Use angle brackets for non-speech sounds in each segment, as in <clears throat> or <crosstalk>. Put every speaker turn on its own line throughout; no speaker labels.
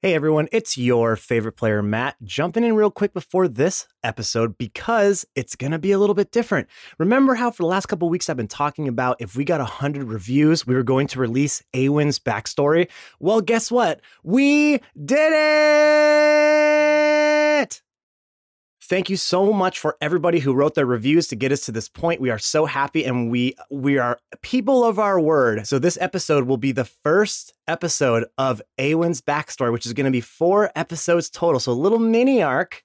Hey everyone, it's your favorite player, Matt, jumping in real quick before this episode because it's going to be a little bit different. Remember how for the last couple weeks I've been talking about if we got 100 reviews, we were going to release Awin's backstory? Well, guess what? We did it! Thank you so much for everybody who wrote their reviews to get us to this point. We are so happy and we we are people of our word. So this episode will be the first episode of Awen's backstory, which is going to be four episodes total. So a little mini arc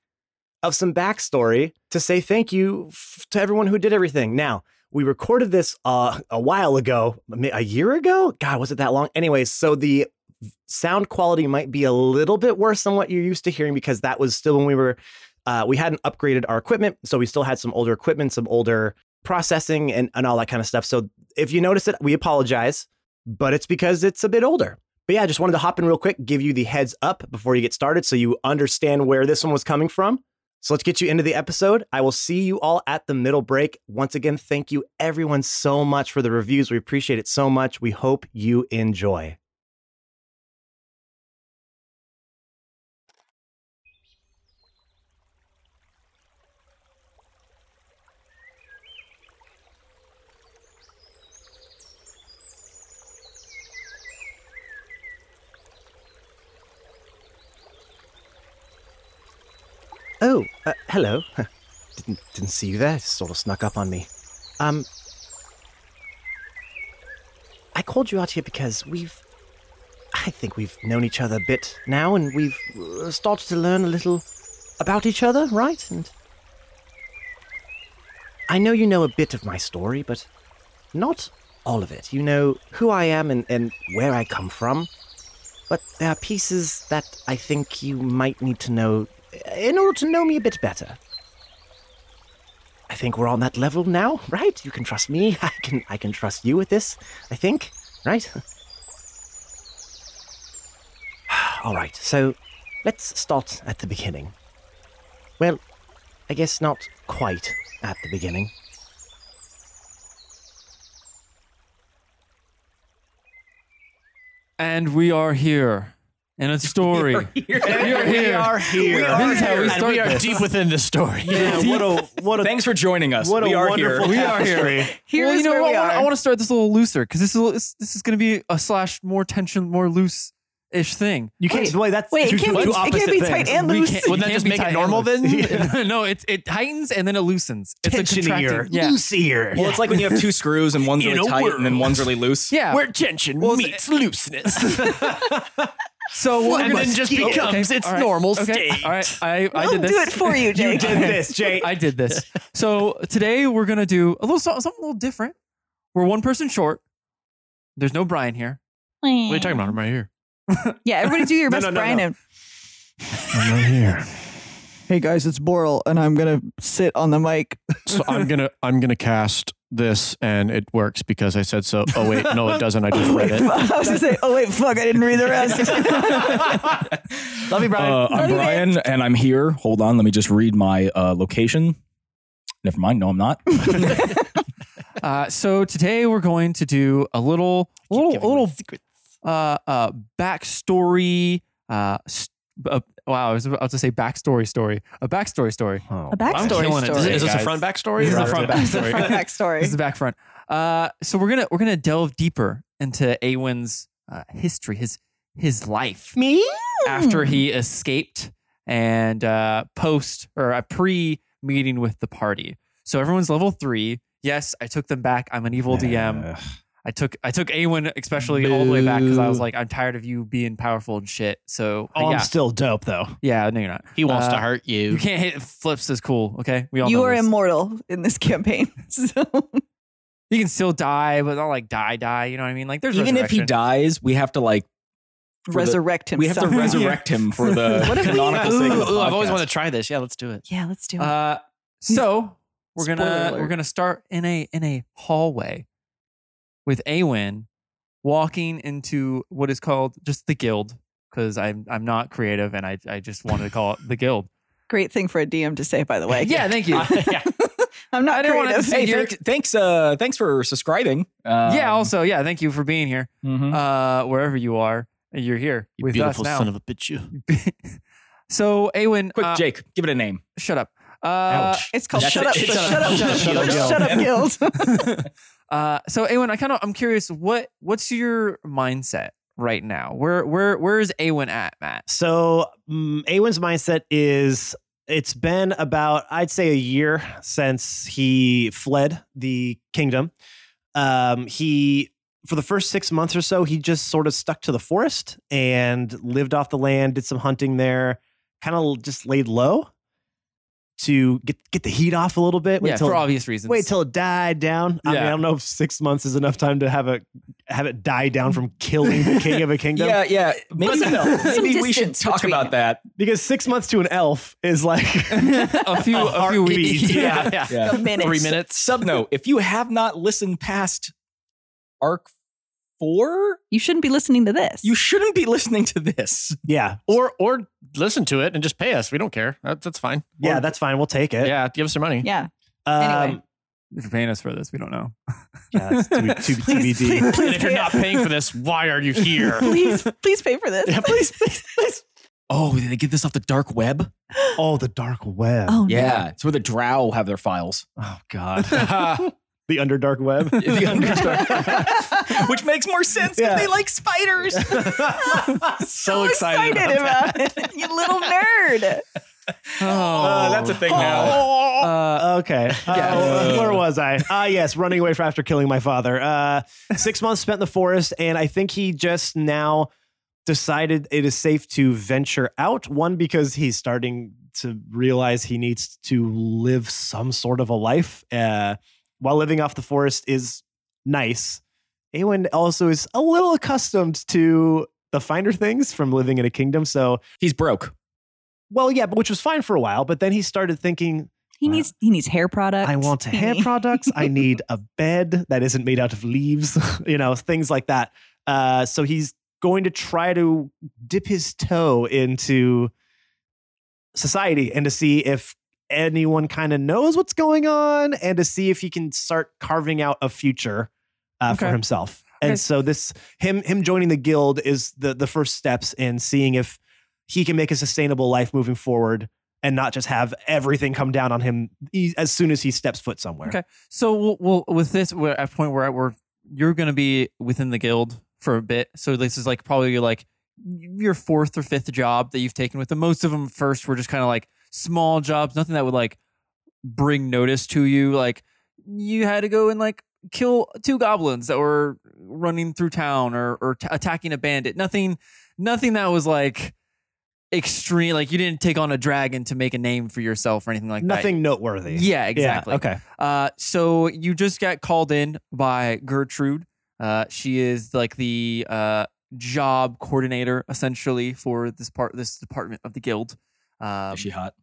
of some backstory to say thank you f- to everyone who did everything. Now, we recorded this uh, a while ago, a year ago. God, was it that long? Anyways, so the sound quality might be a little bit worse than what you're used to hearing because that was still when we were uh, we hadn't upgraded our equipment, so we still had some older equipment, some older processing, and, and all that kind of stuff. So if you notice it, we apologize, but it's because it's a bit older. But yeah, I just wanted to hop in real quick, give you the heads up before you get started so you understand where this one was coming from. So let's get you into the episode. I will see you all at the middle break. Once again, thank you everyone so much for the reviews. We appreciate it so much. We hope you enjoy. Oh, uh, hello. <laughs> Huh. Didn't didn't see you there. Sort of snuck up on me. Um, I called you out here because we've, I think we've known each other a bit now, and we've uh, started to learn a little about each other, right? And I know you know a bit of my story, but not all of it. You know who I am and, and where I come from, but there are pieces that I think you might need to know eh, in order to know me a bit better. I think we're on that level now, right? You can trust me. <laughs> I can I can trust you with this. I think, right? <sighs> All right. So, let's start at the beginning. Well, I guess not quite at the beginning.
And we are here in
<laughs>
a story.
here.
We are here.
here.
We are
This is how we
here.
start <laughs>
And we are
this.
deep within the story.
Yeah, what a what a
Thanks for joining us.
what a
we are
wonderful
here.
We are here.
tapestry.
Here's
well, you know,
where
what,
we
I, want,
are.
I want to start this a little looser because this is a little- this, this is going to be a slash more tension, more loose ish thing.
You can't wait. that's
Wait,
two-
it can't
two
be, it
opposite
can't be
things.
tight and
We
loose.
can't-
Wouldn't
you can't
that just
be
make it
tight and
normal
loose. <laughs>
then?
no, it it tightens and then it loosens. It's a
tensionier,
contracting. Yeah.
loosier.
Well, it's like when you have two screws and one's
In
really
a
tight and then
world.
one's really loose.
Yeah.
where tension meets <laughs> looseness
so what
and
we're
then
gonna-
just
okay,
becomes its
all right,
normal
okay,
state.
All right. I, I
I'll
did this.
do it for you,
you <laughs>
Jake.
did this, Jay.
<laughs> I did this. So today we're gonna do a little so- something a little different. We're one person short. There's no Brian
<laughs>
here.
what are you talking about i'm right here
Yeah, everybody do your
No,
best,
no, no,
Brian.
no.
and-
i'm right here
Hey guys, it's Boral, and I'm gonna sit on the mic.
so i'm gonna i'm gonna cast this and it works because i said so oh wait no it doesn't i just read it
I was gonna say, oh wait, fuck, I didn't read the rest.
Love you, Brian. Uh, I'm Brian and I'm here. Hold on. Let me just read my uh, location. Never mind. No, I'm not.
Uh, so today we're going to do a little, a little, a little uh, uh, backstory. Uh, st- uh, wow, I was about to say backstory story. A backstory story.
A backstory
killing it.
story.
Is it-
is this a
Guys.
front backstory
This is
or-
the front
It's a
backstory.
front <laughs>
this is the
backstory.
back front. Uh, so we're gonna we're gonna delve deeper into Awen's uh, history, his his life
me?
after he
Hmm.
escaped and uh, post or a pre meeting with the party. So everyone's level three. Yes, I took them back. I'm an evil DM. I took I took A1 especially all the way back because I was
Boo.
like, I'm tired of you being powerful and shit. So
oh
yeah,
i'm still dope though
yeah, no, you're not.
he wants
Uh,
to hurt you
You can't hit flips is cool. Okay, we all
You
know
are
this.
immortal in this campaign. So
You can still die, but not like die, die. You know what I mean? Like there's
Even if he
resurrection.
dies, we have to like the-
resurrect him.
we have to
<laughs> somehow.
resurrect him for the
What if we-
canonical sake of the
Ooh, i've always
podcast.
wanted to try this yeah let's do it
Yeah, let's do it.
Uh, so we're
Spoiler
gonna
alert.
we're gonna start in a in a hallway with Awen walking into what is called just the guild because I'm I'm not creative and I I just wanted to call it the guild.
Great thing for a DM to say, by the way.
yeah,
<laughs>
thank you.
I'm not
I didn't want to
creative.
say
Hey,
you're-
thanks, thanks, uh, thanks for subscribing. Um,
yeah, also yeah, thank you for being here
mhm.
uh, wherever you are. and you're here
You
with us
beautiful
now.
son of a bitch, you.
<laughs> so, Awen,
Quick,
uh,
Jake, give it a name.
shut up. Uh,
It's called
That's
Shut
it.
Up,
Shut
Shut
Up,
Up,
Shut Up,
Shut Up,
Guild.
Shut Up Guild.
uh, so, Awen, I kind of I'm curious what what's your mindset right now? Where where where is Awen at, Matt?
So um, Awen's mindset is it's been about I'd say a year since he fled the kingdom. Um, he for the first six months or so he just sort of stuck to the forest and lived off the land, did some hunting there, kind of just laid low to get get the heat off a little bit.
yeah,
till-
for obvious reasons.
Wait till it died down. I mean,
Yeah.
I don't know if six months is enough time to have a have it die down from killing the king of
<laughs>
a kingdom.
Yeah, yeah. Maybe,
some-
some
maybe we should
distance
talk
between
about <laughs>
them.
that.
Because six months to an elf is like
<laughs> a few a, few
heartbeat. <laughs>
weeks. <laughs>
Yeah.
Yeah.
A minute.
Three minutes.
Sub note: If you have not listened past arc four,
You shouldn't be listening to this.
you shouldn't be listening to this.
Yeah.
Or or listen to it and just pay us. We don't care. That, that's fine.
Yeah,
Or-
that's fine. We'll take it.
yeah. Give us your money.
yeah.
Um,
Anyway.
If you're paying us for this, we don't know.
yeah, that's to be-
<laughs>
to be-
Please,
TBD.
please,
And
please,
if you're
pay-
not paying for this, why are you
<laughs>
here?
please, please pay for this.
Yeah, please, please, please.
Oh, did they get this off the dark web?
Oh, the dark web.
Oh, no.
Yeah, it's where the Drow have their <laughs> files.
Oh, God. the underdark web.
The under- <laughs> Which makes more sense because
Yeah.
they like spiders.
so excited, about, it. <laughs> You little nerd.
Oh,
Oh, that's a thing now.
Uh,
okay.
Yeah.
Uh, where was I? Ah, yes, running away from after killing my father. Uh, six months spent in the forest, and I think he just now decided it is safe to venture out. One, because he's starting to realize he needs to live some sort of a life. Uh, while living off the forest is nice, Awen also is a little accustomed to the finer things from living in a kingdom. So,
He's broke.
well, yeah, but which was fine for a while. But then he started thinking,
He
Wow.
needs he needs hair product.
I want
He
hair
need-
products.
<laughs>
I need a bed that isn't made out of leaves, <laughs> you know, things like that. Uh, so he's going to try to dip his toe into society and to see if anyone kind of knows what's going on and to see if he can start carving out a future uh, for
Okay.
himself.
Okay.
And so this him him joining the guild is the the first steps in seeing if he can make a sustainable life moving forward and not just have everything come down on him e- as soon as he steps foot somewhere.
Okay. so we'll, we'll, with this, we're at a point where we're you're going to be within the guild for a bit. So this is like probably your like your fourth or fifth job that you've taken with them. Most of them first were just kind of like small jobs, nothing that would like bring notice to you. Like you had to go and like kill two goblins that were running through town or or t- attacking a bandit. Nothing, nothing that was like extreme. Like you didn't take on a dragon to make a name for yourself or anything like that.
Nothing noteworthy.
Yeah, exactly.
okay.
Uh, so you just got called in by Gertrude. Uh, she is like the uh, job coordinator essentially for this part, this department of the guild. Um,
Is she hot?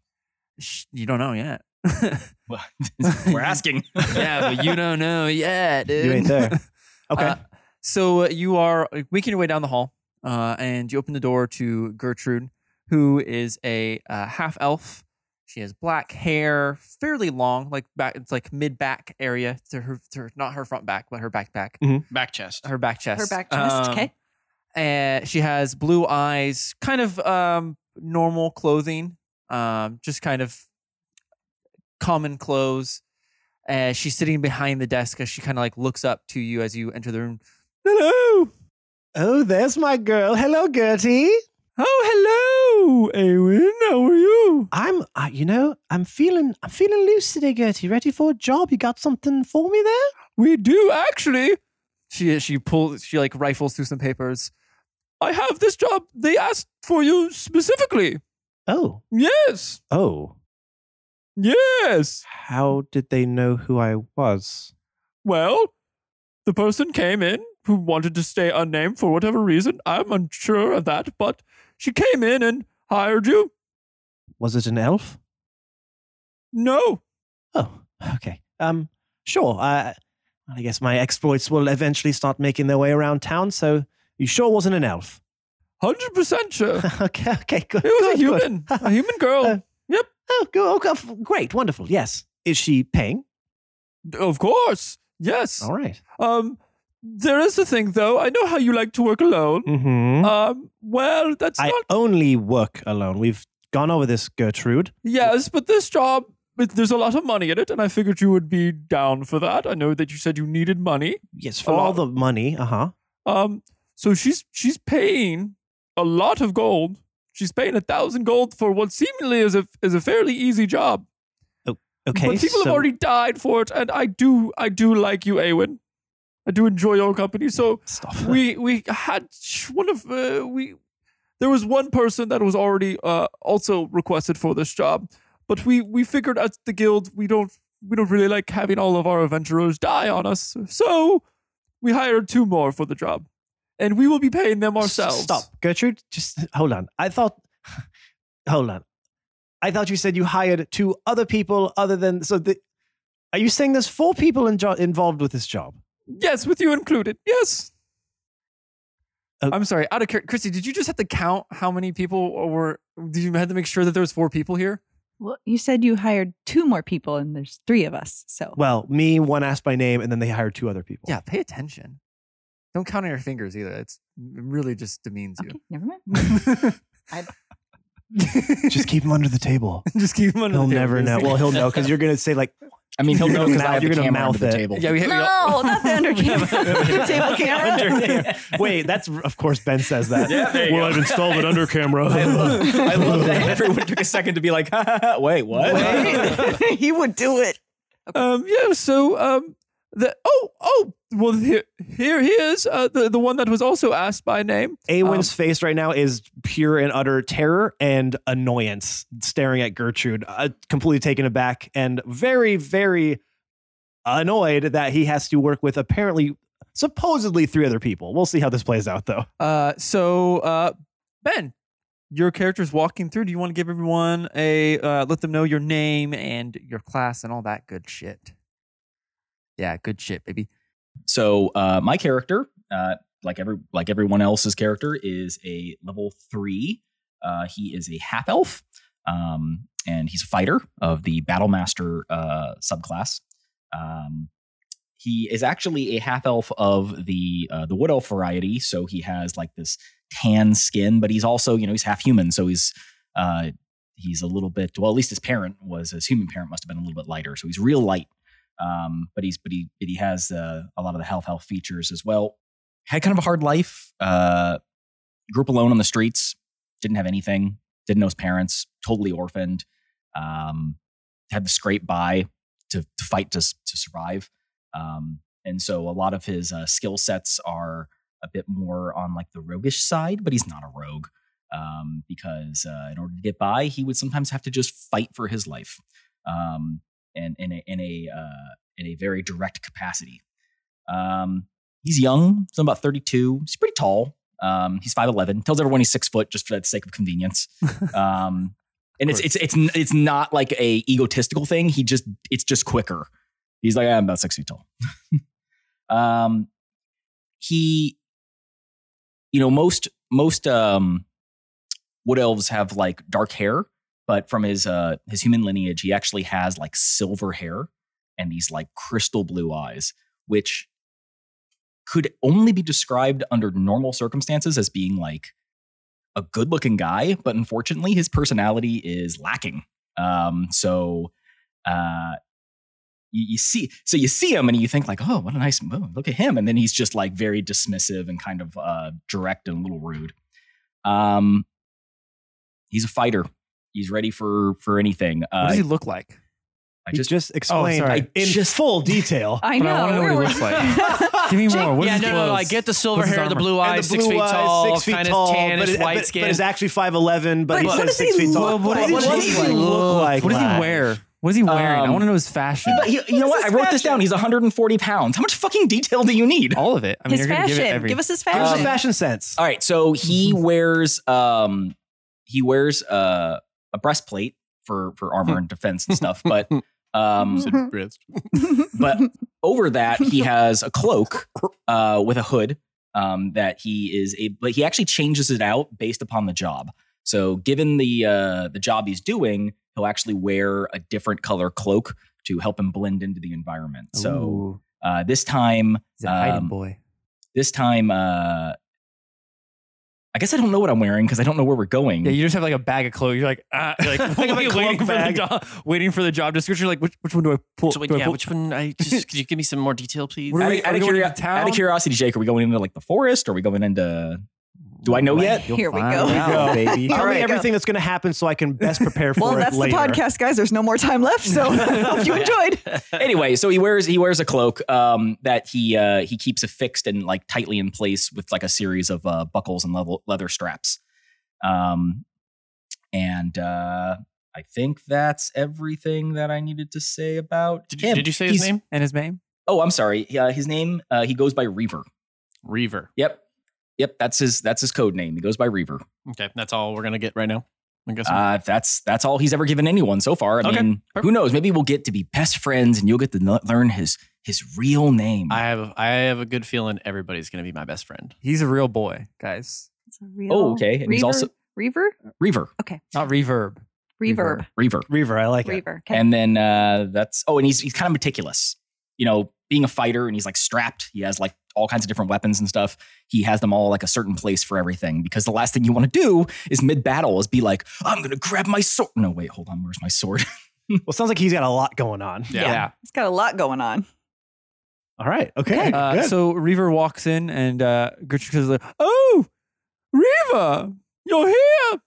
sh- you don't know yet. <laughs>
Well, <laughs> We're asking.
yeah, but you don't know yet. Dude.
You ain't there.
<laughs>
Okay.
Uh, so uh, you are making your way down the hall, uh, and you open the door to Gertrude, who is a uh, half elf. She has black hair, fairly long, like back, it's like mid back area to her, to her, not her front back, but her back back,
Mm-hmm.
Back chest.
her back chest,
Her back chest.
Um,
okay.
and Eh, she has blue eyes, kind of um, normal clothing, um, just kind of common clothes. And she's sitting behind the desk as she kind of like looks up to you as you enter the room. Hello.
oh, there's my girl. Hello, Gertie.
Oh, hello, Awen. How are you?
I'm, uh, you know, I'm feeling, I'm feeling loose today, Gertie. Ready for a job? You got something for me there?
We do actually. She she pulls she like rifles through some papers. I have this job. They asked for you specifically.
Oh,
Yes.
oh.
Yes.
How did they know who I was?
Well, the person came in who wanted to stay unnamed for whatever reason. I'm unsure of that, but she came in and hired you.
Was it an elf?
No.
Oh, okay. Um, sure. Uh, well, I guess my exploits will eventually start making their way around town. So you sure wasn't an elf?
100% sure.
<laughs>
It
okay, okay, good.
was
good, good.
a human.
<laughs>
A human girl.
Oh, good. Okay, f- great, wonderful. Yes. Is she paying?
Of course. Yes.
Uh. All right.
Um, There is a thing, though. I know how you like to work alone.
Mm-hmm.
Um, well, that's
I
not.
only work alone. We've gone over this, Gertrude.
Yes, but this job, it- there's a lot of money in it, and I figured you would be down for that. I know that you said you needed money.
Yes, for
Oh.
all the money. Uh huh.
Um, so she's she's paying a lot of gold. She's paying a thousand gold for what seemingly is a is a fairly easy job.
Okay.
but people
so-
have already died for it, and I do I do like you, Awen. I do enjoy your company. So
Stop.
<laughs> we we had sh- one of uh, we there was one person that was already uh, also requested for this job, but we we figured at the guild we don't we don't really like having all of our adventurers die on us, so we hired two more for the job, and we will be paying them ourselves.
Stop, Gertrude. Just hold on. I thought, hold on. I thought you said you hired two other people other than so. The, are you saying there's four people in jo- involved with this job?
Yes, with you included. Yes.
Oh.
I'm sorry, out of cur- Christy, did you just have to count how many people were? Did you have to make sure that there was four people here?
Well, you said you hired two more people, and there's three of us. So
Well, me, one asked my name, and then they hired two other people.
Yeah, pay attention. Don't count on your fingers either. It's it really just demeans
okay, never mind.
you. <laughs>
just keep them under the table.
just keep them under
He'll
the table,
never know.
please.
Well, he'll know because you're gonna say like,
<laughs> I mean, he'll
You're
know <laughs>
gonna
because I
mouth-
have
you're
the
gonna
camera
mouth
under the
it.
table.
yeah, we, we all-
No, not the under
We have-
camera.
<laughs>
Under table camera.
Under camera.
<laughs> wait, that's of course Ben says that.
Yeah, there you
Well,
go.
I've installed
<laughs>
an under
I
camera.
love, I love that everyone took a second to be like, <laughs> ha, ha, ha, wait, what?
he would do it.
Um, yeah, so um, the oh oh well here here he is uh, the the one that was also asked by name.
Awen's face right now is pure and utter terror and annoyance, staring at Gertrude, uh, completely taken aback and very, very annoyed that he has to work with apparently, supposedly three other people. We'll see how this plays out, though.
Uh, so uh, Ben, your character's walking through. Do you want to give everyone a uh, let them know your name and your class and all that good shit? Yeah, good shit, baby.
So uh, my character, uh, like every like everyone else's character, is a level three. Uh, he is a half elf, um, and he's a fighter of the Battlemaster uh, subclass. Um, he is actually a half elf of the uh, the wood elf variety, so he has like this tan skin, but he's also you know he's half human, so he's uh, he's a little bit well at least his parent was his human parent must have been a little bit lighter, so he's real light um, but he's but he but he has uh, a lot of the health health features as well. Had kind of a hard life. Uh, grew up alone on the streets. Didn't have anything. Didn't know his parents. Totally orphaned. Um, had to scrape by to, to fight to s- to survive. Um, and so a lot of his uh, skill sets are a bit more on like the roguish side, but he's not a rogue. Um, because uh, in order to get by, he would sometimes have to just fight for his life. Um, and in a in a uh, in a very direct capacity. Um, he's young, so about thirty two. He's pretty tall. Um, he's five eleven. Tells everyone he's six foot just for the sake of convenience. Um, and it's it's it's n- it's not like a egotistical thing. He just it's just quicker. He's like I'm about six feet tall. <laughs> um, he, you know, most most um, wood elves have like dark hair but from his uh his human lineage he actually has like silver hair and these like crystal blue eyes which could only be described under normal circumstances as being like a good looking guy but unfortunately his personality is lacking um so uh you, you see so you see him and you think like oh what a nice move look at him and then he's just like very dismissive and kind of uh direct and a little rude um he's a fighter he's ready for for anything
What
uh
does he look like?
I
He
just
just explained
sorry.
in
Just-
<laughs>
full detail.
I
But
know.
I wanna know
where
what he
was- <laughs>
looks Give me more. What
yeah,
is
no,
his
no, no, I
clothes?
get the silver
What's his
hair, the
armor?
blue
And
eyes,
the
six
blue
feet
eyes,
tall,
six feet
kind
tall,
of
but,
tannish,
it-
white
but,
skin.
but it's actually five eleven. But,
But
he
what
says
does
six
he
feet tall.
look What
does
What
he
does he
look
look like?
What does he wear? What is he wearing? I
Um,
want to know his fashion.
But you, you know what? I wrote this down. He's 140 pounds. How much fucking detail do you need?
<laughs> All of it. I mean,
his
you're gonna
fashion.
give it
Give,
every.
us his
Here's
fashion.
the fashion sense.
All right. So he wears um he wears uh, a breastplate for for armor and defense and stuff, but <laughs> um
<laughs>
<laughs>
but over that he has a cloak uh, with a hood um, that he is a but he actually changes it out based upon the job so given the uh, the job he's doing he'll actually wear a different color cloak to help him blend into the environment so
Ooh,
uh, this time
he's a hiding
um,
boy.
This time, uh, I guess I don't know what I'm wearing because I don't know where we're going.
Yeah, you just have like a bag of clothes. You're like, ah, you're <laughs> like, <laughs>
I got a
waiting,
cloak
for the
bag.
job, waiting for the job description. You're like, which, which one do I pull?
So wait,
do I
yeah,
pull-
which one? I just could you give me some more detail, please?
What are
Out
we-
of- out
are
of
we going
curio-
into town?
Out of curiosity, Jake, are we going into like the forest? Or are we going into? Do I know
Well,
yet?
you'll
Here we
find
go.
Go,
out.
baby.
Tell
All
me
right, go.
everything that's going to happen so I can best prepare for
Well,
it
that's the
later.
podcast, guys. There's no more time
<laughs>
left, so hope you enjoyed.
anyway, so he wears he wears a cloak um, that he uh, he keeps affixed and like tightly in place with like a series of uh, buckles and leather, leather straps. Um, and uh, I think that's everything that I needed to say about
<laughs> Did,
him.
did you say his
He's-
name?
And his name?
Oh, I'm sorry. Uh, his name uh, he goes by Reaver.
Reaver.
Yep, yep. That's his that's his code name. He goes by Reaver.
Okay, that's all we're gonna get right now. I guess.
Uh, that's that's all he's ever given anyone so far. I
Okay,
mean,
perfect.
who knows? Maybe we'll get to be best friends, and you'll get to kn- learn his his real name.
I have I have a good feeling everybody's gonna be my best friend.
He's a real boy, guys.
It's a real
oh, okay. And he's
Reverb?
also
Reaver?
Reaver.
Not reverb.
Reverb.
Reaver.
Reaver, I like it.
Reaver. Okay.
And then uh, that's oh, and he's he's kind of meticulous. You know, being a fighter and he's like strapped. He has like all kinds of different weapons and stuff. He has them all like a certain place for everything because the last thing you want to do is mid battle is be like, I'm gonna grab my sword. No, wait, hold on, where's my sword? <laughs>
Well, sounds like he's got a lot going on.
It's got a lot
<laughs>
going on.
All right. Okay.
Uh,
good.
so Reaver walks in and uh, Gertrude is like, "Oh, Reaver, you're here.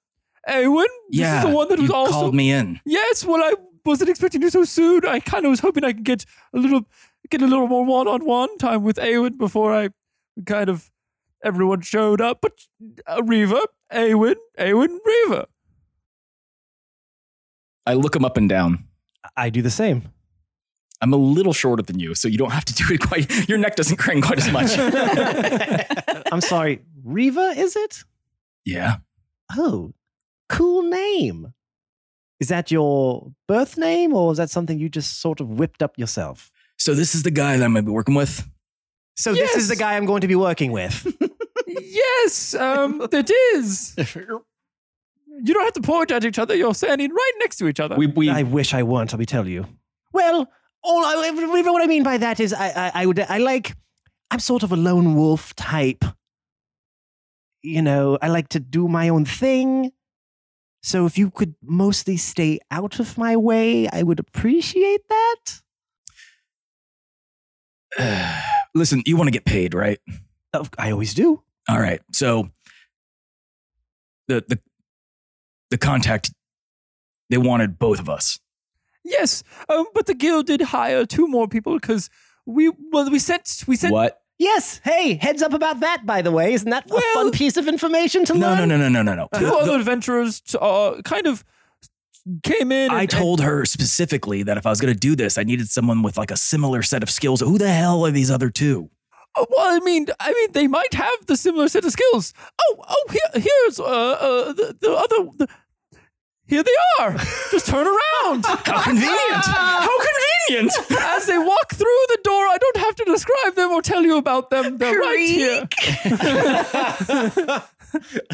Hey, when
yeah,
this is the one that was
you
also
called me in.
yes. Well, I wasn't expecting you so soon. I kind of was hoping I could get a little get a little more one on one time with Awen before I kind of everyone showed up. But uh, Reaver, Awen, Awen, Reaver.
I look him up and down.
I do the same.
I'm a little shorter than you, so you don't have to do it quite. <laughs> Your neck doesn't crane quite as <laughs>
Oh,
much.
I'm sorry. Reva, is it?
yeah.
Oh, cool name. Is that your birth name or is that something you just sort of whipped up yourself?
So this is the guy that I'm gonna be working with. <sighs>
So this is the
Yes.
guy I'm going to be working with.
yes, um, it is. You don't have to point at each other. You're standing right next to each other.
We we
I wish I weren't, let me tell you. Well, all I, Reva, what I mean by that is I, I, I would I like I'm sort of a lone wolf type. You know, I like to do my own thing. So if you could mostly stay out of my way, I would appreciate that.
listen. You want to get paid, right?
Of- I always <laughs> do.
All right. So the the the contact they wanted both of us.
Yes, um, but the guild did hire two more people because we well we sent we sent
What?
Yes. Hey, heads up about that, by the way. Isn't that a
Well-
fun piece of information to
No,
learn?
no, no, no, no,
<laughs>
no, no.
two
The-
other
the-
adventurers to, uh, kind of came in.
I
and-
told her specifically that if I was going to do this, I needed someone with like a similar set of skills. Who the hell are these other two?
and- Uh, well, I mean, I mean, they might have the similar set of skills. Oh, oh, here, here's uh, uh the, the other. The, here they
<laughs>
are. Just turn around.
How
<laughs>
convenient!
<laughs>
How convenient!
As they walk through the door, I don't have to describe them or tell you about them. They're right here.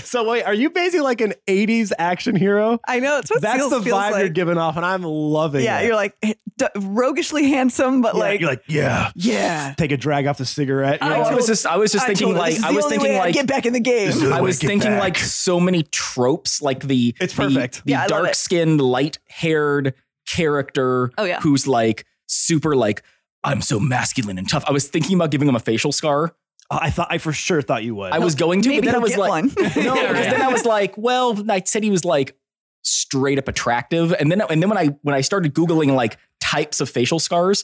So wait, are you basically like an 80s action hero?
I know it's what
That's
Seals
the
feels
vibe
like.
you're giving off, and I'm loving
Yeah,
it.
you're like d- roguishly handsome, but
Yeah,
like,
you're like, yeah.
yeah.
Take a drag off the cigarette. You're
I,
like,
was just, I was just thinking
told her,
like,
this is
I
the
was
only
thinking
way I
like,
get back in the game.
is the
I
way
was
to get
thinking
back.
like so many tropes, like the
It's
the-
perfect.
The
Yeah, I love it.
dark skinned, light haired character
Oh, yeah.
who's like super like I'm so masculine and tough. I was thinking about giving him a facial scar.
Oh, I thought I for sure thought you would.
I was going to,
Maybe
but then I
he'll
was
get
like,
<laughs>
one.
<laughs> no,
Yeah,
because
right.
then I was like, well, I said he was like straight up attractive, and then and then when I when I started googling like types of facial scars,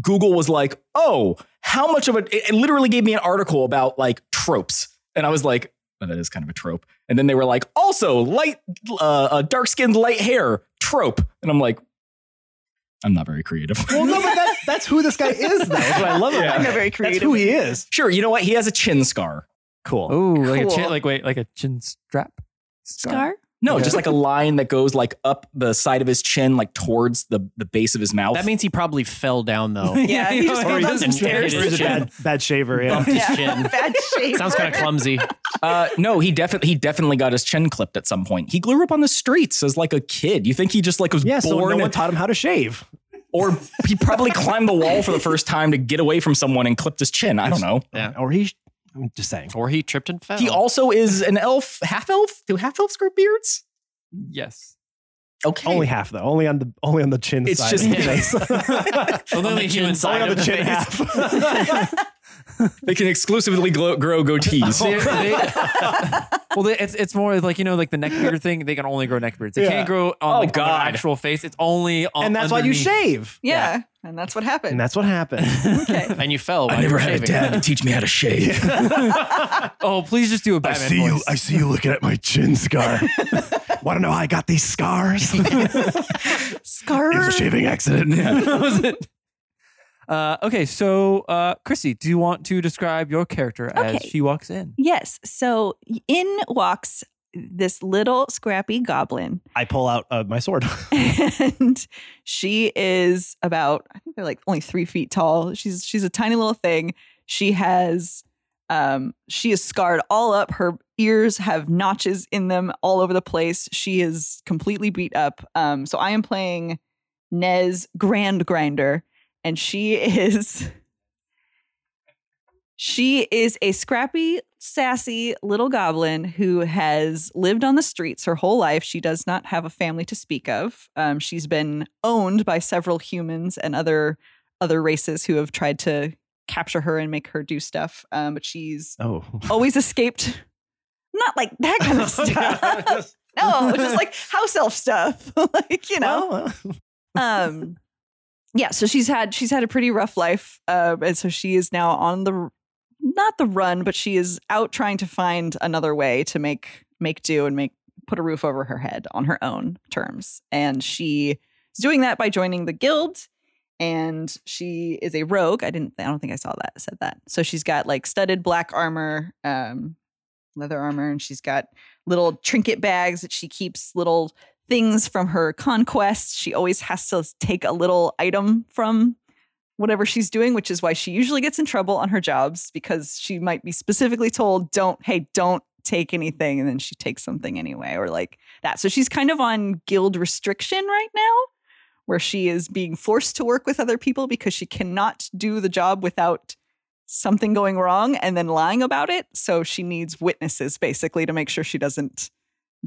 Google was like, oh, how much of a it, it literally gave me an article about like tropes, and I was like, oh, that is kind of a trope, and then they were like, also light, uh, uh, dark skinned, light hair trope, and I'm like, I'm not very creative.
well, no, but that, that's who this guy is, though. That's what I love about
I'm
him.
not very
<laughs> That's
creative.
who he is.
sure, you know what? He has a chin scar.
Cool.
Oh, like a
Cool.
chin, like wait, like a chin strap
Scar?
No,
Okay.
just like a line that goes like up the side of his chin, like towards the, the base of his mouth.
That means he probably fell down though.
Yeah, he just
Or
fell
he
down
doesn't
some
care.
stairs.
He
He's a bad, bad shaver, yeah.
Bumped his
Yeah,
chin.
bad shape.
Sounds kind of clumsy.
uh, no, he definitely he definitely got his chin clipped at some point. He grew up on the streets as like a kid. You think he just like was
Yeah, so
born,
no one
and-
taught him how to shave.
or he probably climbed the wall for the first time to get away from someone and clipped his chin. I don't know.
Or he I'm just saying.
Or he tripped and fell.
He also is an elf, half elf. Do half elves grow beards?
Yes.
Okay.
Only half though. Only on the only on the chin
It's
side.
just
of
the face.
Well,
On
then the
the chin
human
side
side
only on
of
the
the
chin
face.
half.
they can exclusively glow, grow goatees.
Oh.
Oh,
They-
<laughs>
they- well, they, it's it's more like you know, like the neck beard thing. They can only grow neck beards. They
Yeah.
can't grow
Oh,
on, like, on
God.
their actual face. It's only on.
and that's why you
underneath.
shave.
Yeah.
Yeah, and that's what
And <laughs>
happened.
that's what happened.
okay.
and you fell. While you were shaving.
to teach me how to shave.
Oh, please just do a
I
Batman
see you.
voice.
I see you looking at my chin
<laughs>
scar.
Want to know how I got these <laughs> scars?
it was a
Scar.
shaving accident.
That was it. Uh, okay, so uh, Chrissy, do you want to describe your character as
Okay.
she walks in?
Yes. So in walks this little scrappy goblin. <laughs>
I pull out uh, my sword.
and she is about i think they're like only three feet tall she's she's a tiny little thing she has um she is scarred all up her ears have notches in them all over the place she is completely beat up um so i am playing nez grand grinder and she <laughs> is she is a scrappy sassy little goblin who has lived on the streets her whole life she does not have a family to speak of um, she's been owned by several humans and other other races who have tried to capture her and make her do stuff um, but she's
Oh.
always escaped <laughs> not like that kind of stuff <laughs> no just like house elf stuff <laughs> like you know
Well,
um yeah so she's had she's had a pretty rough life uh, and so she is now on the not the run but she is out trying to find another way to make make do and make put a roof over her head on her own terms and she is doing that by joining the guild and she is a rogue i didn't i don't think i saw that said that so she's got like studded black armor um leather armor and she's got little trinket bags that she keeps little things from her conquests. She always has to take a little item from whatever she's doing, which is why she usually gets in trouble on her jobs because she might be specifically told, don't, hey, don't take anything. And then she takes something anyway, or like that. So she's kind of on guild restriction right now, where she is being forced to work with other people because she cannot do the job without something going wrong and then lying about it. So she needs witnesses basically to make sure she doesn't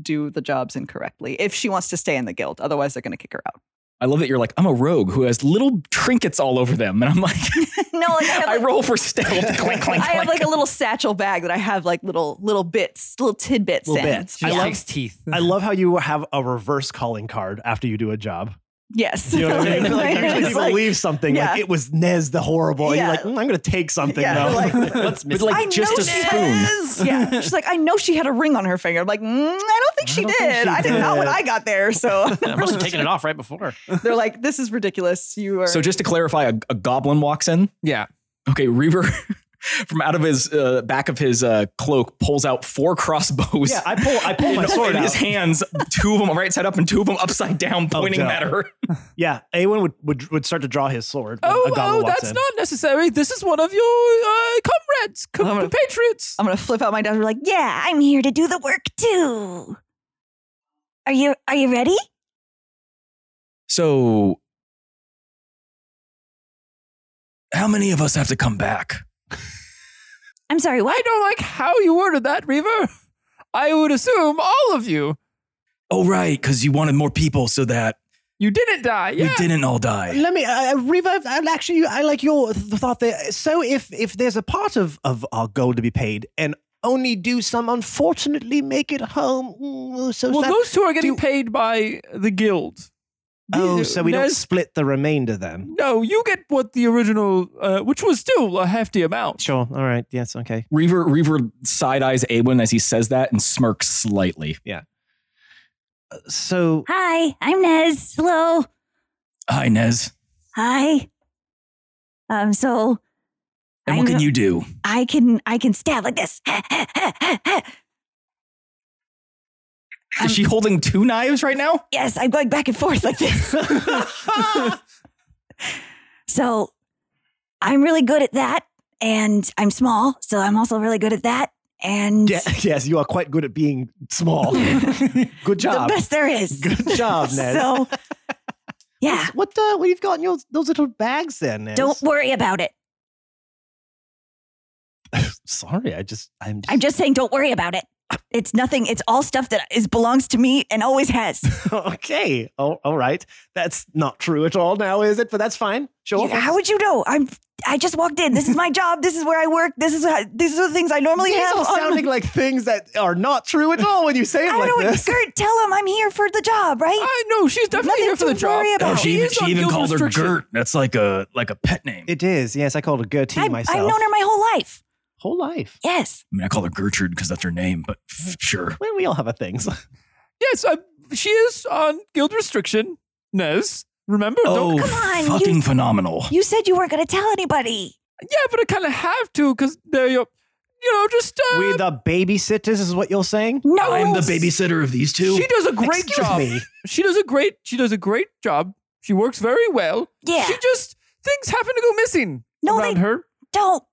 do the jobs incorrectly if she wants to stay in the guild. Otherwise, they're going to kick her out.
I love that you're like, I'm a rogue who has little trinkets all over them. And I'm like,
<laughs> no, like, <laughs> I have,
I
like,
roll for
<laughs>
stealth. clink, clink,
I have
clink.
like a little satchel bag that I have like little little bits, little tidbits
Little
in.
bits.
She
Yeah.
likes teeth.
<laughs> I love how you have a reverse calling card after you do a job.
Yes.
You know what
<laughs>
I mean? Like,
It's
usually people
like,
leave something
yeah.
like it was Nez the horrible.
Yeah.
And you're like, "Mm, I'm gonna take something
Yeah,
though.
like-
<laughs>
Let's
With like
I
just a
know
spoon.
this. Yeah.
<laughs>
She's like, I know she had a ring on her finger. I'm like, mm, I don't think she
don't
did.
think she
I did not when
did.
I got there. So
<laughs>
I must have taken it off right before.
they're like, this is ridiculous. You are.
So just to clarify, a, a goblin walks in.
Yeah.
Okay, Reaver <laughs> from out of his uh, back of his uh, cloak pulls out four crossbows.
yeah, I pull
<laughs>
I <laughs> pull my
in,
sword
in
out.
his hands, two of them right side up and two of them upside down,
Oh,
pointing
duh.
at her.
Yeah, Awen would, would would start to draw his sword. when
Oh,
a goblin
oh,
walks
that's
in.
not necessary. This is one of your uh, comrades, co-
I'm gonna-
compatriots.
I'm gonna flip out my dad. We're like, yeah, I'm here to do the work too. Are you Are you ready?
So, how many of us have to come back?
I'm sorry.
I don't like how you ordered that, Reaver. I would assume all of you.
Oh, right, because you wanted more people so that
You didn't die. Yeah.
didn't all die.
Let me uh, revive. I actually I like your th- thought there. So if if there's a part of of our gold to be paid and only do some, unfortunately, make it home. mm, So
Well,
that-
those two are getting
do-
paid by the guild.
oh,
The-
so we don't
Nez-
split the remainder then.
No, you get what the original, uh, which was still a hefty amount.
Sure. All right. Yes. Okay.
Reaver, Reaver side eyes Awen as he says that and smirks slightly.
So
Hi, I'm Nez. Hello.
Hi, Nez.
Hi. Um, so
And what
I'm-
can you do?
I can I can stab like this. <laughs> I'm-
Is she holding two knives right now?
yes, I'm going back and forth like this. <laughs> so I'm really good at that, and I'm small, so I'm also really good at that. And
<laughs> yeah, yes, you are quite good at being small. good
the
job.
best there is.
Good job, Nez.
<laughs> So yeah,
what uh, what you've got in your those little bags there, Nez?
don't worry about it.
sorry. I just I'm
I'm just saying, don't worry about it. It's nothing. It's all stuff that is belongs to me and always
<laughs>
has.
okay. Oh, all right. That's not true at all now, is it? But that's fine. Sure.
Yeah, how would you know? I'm. I just walked in. This is my job. This is where I work. This is how, these are the things I normally
These
have.
are
on-
sounding like things that are not true at all when you <laughs> say it
I
like
don't know
this.
what Gert. Tell him I'm here for the job, right?
I know she's definitely
Nothing
here for
to
the job.
worry about.
Oh,
No,
She
she even,
is on
she even
guild
called her
restriction.
Gert. That's like a like a pet name.
It is. Yes, I called a good
I've, I've known her my whole life.
whole life.
Yes.
I mean, I call her Gertrude because that's her name, but f- sure.
Well, we all have our <laughs> things.
Yes, uh, she is on guild restriction. Nez, remember?
Oh,
Don't-
come on,
fucking
you-
phenomenal.
You said you weren't going to tell anybody.
yeah, but I kind of have to because they're your, you know, just uh,
We're the babysitters, is what you're saying?
No.
I'm the babysitter of these two.
she does a great
Excuse
job.
me.
She does a great. She does a great job. She works very well.
Yeah.
She just things happen to go missing
No,
around
they-
her.
Don't.